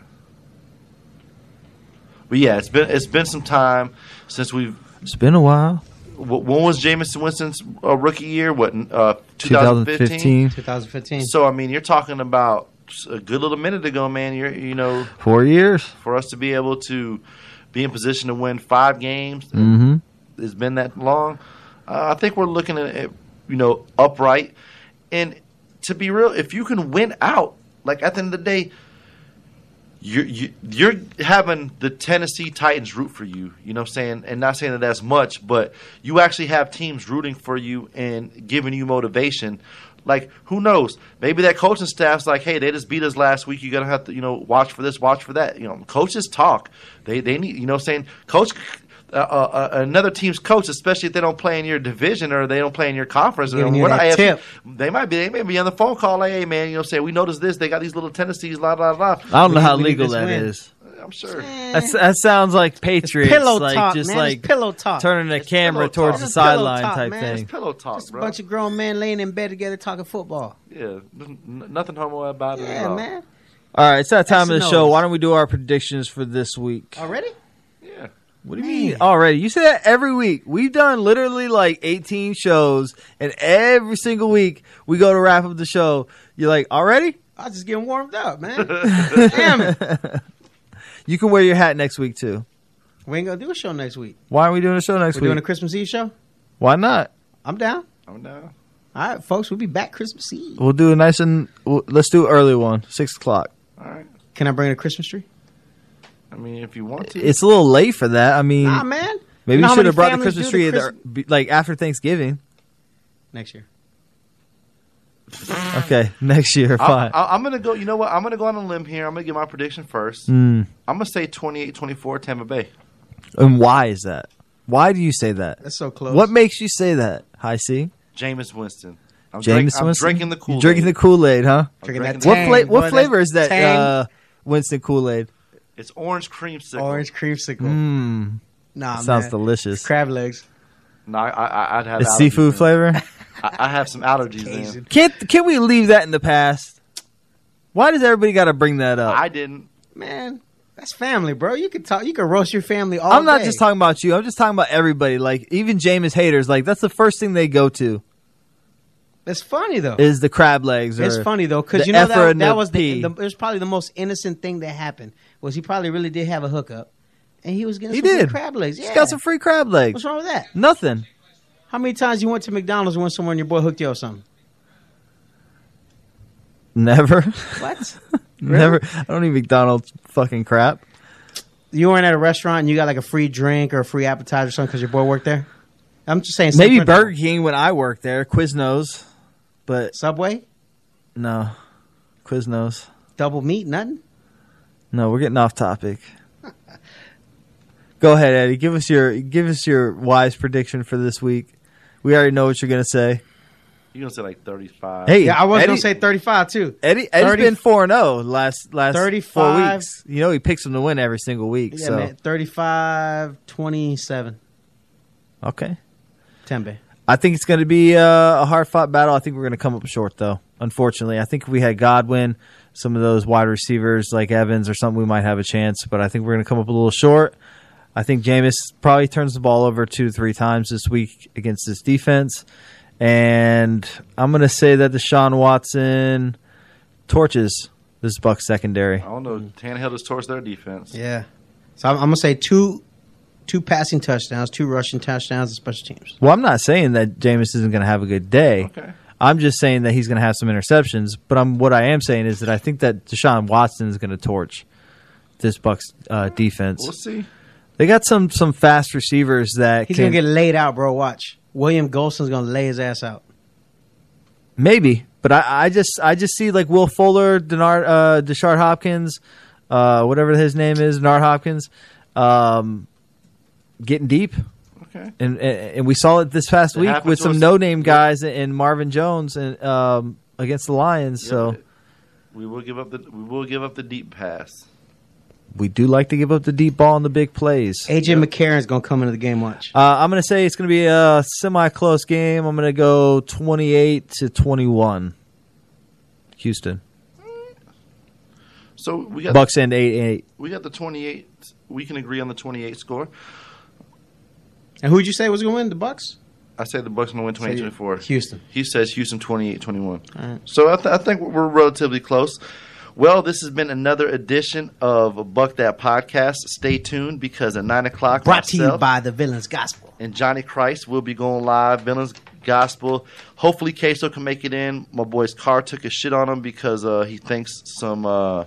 Speaker 1: But yeah, it's been it's been some time since we've.
Speaker 2: It's been a while.
Speaker 1: wh- When was Jamison Winston's uh, rookie year? What, uh, 2015?
Speaker 2: 2015.
Speaker 3: 2015.
Speaker 1: So I mean, you're talking about a good little minute ago, man. You're you know,
Speaker 2: Four years.
Speaker 1: for us to be able to be in position to win five games,
Speaker 2: Mm-hmm.
Speaker 1: it's been that long. Uh, I think we're looking at at, you know upright, and to be real, if you can win out, like at the end of the day. You're, you- you're having the Tennessee Titans root for you, you know what I'm saying? And not saying that that's much, but you actually have teams rooting for you and giving you motivation. Like, who knows? Maybe that coaching staff's like, hey, they just beat us last week. You're going to have to, you know, watch for this, watch for that. You know, coaches talk. They, they need, you know what I'm saying? Coach, uh, uh, uh, another team's coach, especially if they don't play in your division or they don't play in your conference.
Speaker 3: Giving you
Speaker 1: We're not
Speaker 3: that
Speaker 1: asking-
Speaker 3: tip.
Speaker 1: They might be, they may be on the phone call, like, hey, man, you know what I'm saying? We noticed this. They got these little tendencies, blah, blah, blah.
Speaker 2: I don't
Speaker 3: We
Speaker 2: know
Speaker 3: need-
Speaker 2: how
Speaker 3: we need
Speaker 2: legal
Speaker 3: this
Speaker 2: that
Speaker 3: win.
Speaker 2: is.
Speaker 1: I'm sure.
Speaker 2: That's, that sounds like Patriots.
Speaker 3: pillow
Speaker 2: like,
Speaker 3: talk,
Speaker 2: just
Speaker 3: man. It's
Speaker 2: like
Speaker 3: pillow talk.
Speaker 2: turning the camera
Speaker 1: pillow
Speaker 2: towards
Speaker 1: talk.
Speaker 2: the
Speaker 3: It's pillow
Speaker 2: sideline
Speaker 3: talk,
Speaker 2: type
Speaker 3: man.
Speaker 2: thing.
Speaker 1: It's pillow talk,
Speaker 3: Just a
Speaker 1: bro.
Speaker 3: bunch of grown men laying in bed together talking football.
Speaker 1: yeah, n- n- nothing homo about it at
Speaker 3: Yeah,
Speaker 1: all.
Speaker 3: man.
Speaker 2: All right, it's that time of the
Speaker 3: X's and
Speaker 2: show.
Speaker 3: O's.
Speaker 2: Why don't we do our predictions for this week?
Speaker 3: Already?
Speaker 1: Yeah,
Speaker 2: What do you mean already? You say that every week. We've done literally like 18 shows, and every single week we go to wrap up the show. You're like, already?
Speaker 3: I was just getting warmed up, man. Damn it.
Speaker 2: You can wear your hat next week too.
Speaker 3: We ain't gonna do a show next week.
Speaker 2: Why are we doing a show next
Speaker 3: We're
Speaker 2: week?
Speaker 3: doing a Christmas Eve show.
Speaker 2: Why not?
Speaker 3: I'm down.
Speaker 1: I'm down.
Speaker 3: All right, folks, we'll be back Christmas Eve.
Speaker 2: We'll do a nice and w- let's do an early one, six o'clock.
Speaker 1: All right.
Speaker 3: Can I bring in a Christmas tree?
Speaker 1: I mean, if you want to,
Speaker 2: It's a little late for that. I mean,
Speaker 3: Nah, man.
Speaker 2: maybe we
Speaker 3: You know how
Speaker 2: should
Speaker 3: many
Speaker 2: have brought the
Speaker 3: families
Speaker 2: Christmas
Speaker 3: do
Speaker 2: tree the
Speaker 3: Christ-
Speaker 2: be- like after Thanksgiving.
Speaker 3: next year.
Speaker 2: Okay, next year,
Speaker 1: I,
Speaker 2: fine.
Speaker 1: I, I'm gonna go. You know what? I'm gonna go on a limb here. I'm gonna give my prediction first.
Speaker 2: Mm.
Speaker 1: I'm gonna say 28-24 Tampa Bay.
Speaker 2: And why is that? Why do you say that?
Speaker 3: That's so close.
Speaker 2: What makes you say that? Hi, C.
Speaker 1: Jameis Winston. I'm,
Speaker 2: James
Speaker 1: drink, I'm
Speaker 2: Winston?
Speaker 1: drinking the
Speaker 2: You're
Speaker 1: Kool.
Speaker 2: drinking the Kool Aid, huh?
Speaker 3: Drinking that
Speaker 1: What
Speaker 2: What,
Speaker 3: Tang,
Speaker 2: fla-
Speaker 3: boy,
Speaker 2: what
Speaker 3: that
Speaker 2: flavor is that?
Speaker 3: Tang.
Speaker 2: Uh, Winston Kool Aid.
Speaker 1: It's orange creamsicle.
Speaker 3: Orange creamsicle.
Speaker 2: Mmm,
Speaker 3: Nah, Oh, man.
Speaker 2: sounds delicious.
Speaker 3: It's crab legs.
Speaker 1: No, I, I, I'd have
Speaker 2: It's
Speaker 1: allergies,
Speaker 2: seafood
Speaker 1: man.
Speaker 2: flavor.
Speaker 1: I, I have some allergies. man.
Speaker 2: Can can we leave that in the past? Why does everybody got to bring that up?
Speaker 1: I didn't.
Speaker 3: Man, that's family, bro. You could talk. You could roast your family all
Speaker 2: I'm not
Speaker 3: day.
Speaker 2: just talking about you. I'm just talking about everybody. Like even Jameis haters. Like that's the first thing they go to
Speaker 3: It's funny though.
Speaker 2: is the crab legs. Or,
Speaker 3: It's funny though,
Speaker 2: the
Speaker 3: because you know
Speaker 2: effer
Speaker 3: that,
Speaker 2: and the
Speaker 3: that was the,
Speaker 2: pee.
Speaker 3: the it was probably the most innocent thing that happened was he probably really did have a hookup, and he was getting
Speaker 2: He
Speaker 3: some free
Speaker 2: did.
Speaker 3: crab legs.
Speaker 2: Just
Speaker 3: Yeah,
Speaker 2: got some free crab legs.
Speaker 3: what's wrong with that?
Speaker 2: Nothing.
Speaker 3: How many times you went to McDonald's and went somewhere and your boy hooked you up something?
Speaker 2: Never.
Speaker 3: What?
Speaker 2: Never. I don't eat McDonald's fucking crap.
Speaker 3: you weren't at a restaurant and you got like a free drink or a free appetizer or something because your boy worked there. I'm just saying. same
Speaker 2: Maybe
Speaker 3: principle.
Speaker 2: Burger King when I worked there. Quiznos, but
Speaker 3: Subway,
Speaker 2: no, Quiznos.
Speaker 3: double meat, nothing.
Speaker 2: No, we're getting off topic. Go ahead, Eddie. Give us your give us your wise prediction for this week. We already know what you're gonna say.
Speaker 1: You're gonna say like 35.
Speaker 2: Hey,
Speaker 3: Yeah, I was
Speaker 2: Eddie,
Speaker 3: gonna say 35 too.
Speaker 2: Eddie. Eddie's
Speaker 3: 30
Speaker 2: been four and zero last last four
Speaker 3: 35.
Speaker 2: weeks. You know he picks them to win every single week.
Speaker 3: Yeah,
Speaker 2: so
Speaker 3: man, 35, 27,
Speaker 2: okay,
Speaker 3: Tembe.
Speaker 2: I think it's gonna be uh, a hard fought battle. I think we're gonna come up short though. Unfortunately, I think if we had Godwin, some of those wide receivers like Evans or something, we might have a chance. But I think we're gonna come up a little short. I think Jameis probably turns the ball over two to three times this week against this defense. And I'm going to say that Deshaun Watson torches this Buck secondary.
Speaker 1: I don't know. Tannehill just torched their defense.
Speaker 3: Mm-hmm. Yeah. So I'm, I'm gonna say two, two passing touchdowns, two rushing touchdowns, and special teams.
Speaker 2: Well, I'm not saying that Jameis isn't going to have a good day.
Speaker 1: Okay.
Speaker 2: I'm just saying that he's going to have some interceptions. But I'm, what I am saying is that I think that Deshaun Watson is going to torch this Bucks uh, defense.
Speaker 1: We'll see.
Speaker 2: They got some some fast receivers that
Speaker 3: He's
Speaker 2: can
Speaker 3: gonna get laid out, bro. Watch. William Golson's gonna lay his ass out.
Speaker 2: Maybe, but I, I just I just see like Will Fuller, Denard, uh, Deshard Hopkins, uh, whatever his name is, Denard Hopkins, um, getting deep.
Speaker 1: Okay.
Speaker 2: And, and and we saw it this past
Speaker 1: It
Speaker 2: week
Speaker 1: happened
Speaker 2: with
Speaker 1: to
Speaker 2: some
Speaker 1: us.
Speaker 2: no name
Speaker 1: Yep.
Speaker 2: guys and Marvin Jones and um, against the Lions. So
Speaker 1: we will give up the we will give up the deep pass.
Speaker 2: we do like to give up the deep ball and the big plays.
Speaker 3: AJ McCarron's gonna come into the game. Watch.
Speaker 2: Uh, I'm going to say it's going to be a semi-close game. I'm going to go 28 to 21. Houston
Speaker 1: So we got
Speaker 2: Bucks end 8-8.
Speaker 1: we got the twenty eight. We can agree on the twenty eight score.
Speaker 3: And who'd you say was gonna win? The Bucks.
Speaker 1: I say the Bucks gonna win 28-24.
Speaker 3: Houston.
Speaker 1: He says Houston 28-21. So I, th- I think we're relatively close. Well, this has been another edition of Buck That Podcast. Stay tuned because at nine o'clock,
Speaker 3: Brought to you
Speaker 1: myself-
Speaker 3: by the Villains Gospel.
Speaker 1: and Johnny Christ will be going live. Villains Gospel. Hopefully, Queso can make it in. My boy's car took a shit on him because uh, he thinks some uh,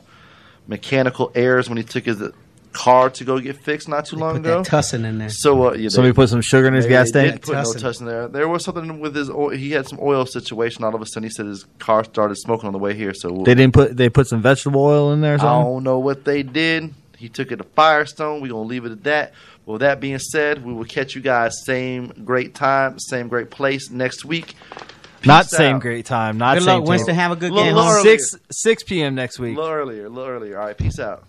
Speaker 1: mechanical errors when he took his car to go get fixed not too long
Speaker 3: Put
Speaker 1: ago.
Speaker 3: that tussin in there.
Speaker 1: so uh, yeah,
Speaker 2: Somebody
Speaker 1: they-
Speaker 2: put some sugar in his
Speaker 1: they-
Speaker 2: gas
Speaker 1: they did
Speaker 2: tank.
Speaker 1: put no
Speaker 3: Tussin.
Speaker 1: touch in there. There was something with his. Oil. He had some oil situation. All of a sudden, he said his car started smoking on the way here. So we'll-
Speaker 2: They didn't put. They put some vegetable oil in there. Or
Speaker 1: I
Speaker 2: something?
Speaker 1: don't know what they did. He took it to Firestone. We're going to leave it at that. Well, that being said, we will catch you guys same great time, same great place next week. Oh,
Speaker 2: Not
Speaker 1: Peace
Speaker 2: same
Speaker 1: out.
Speaker 2: great time. Not
Speaker 3: Good
Speaker 2: same
Speaker 3: luck, Winston. Have a good
Speaker 1: Lord,
Speaker 3: game.
Speaker 1: Lord,
Speaker 3: homie.
Speaker 2: time. Six six p.m. next
Speaker 1: A
Speaker 2: week.
Speaker 1: little earlier, a little earlier. All right, peace out.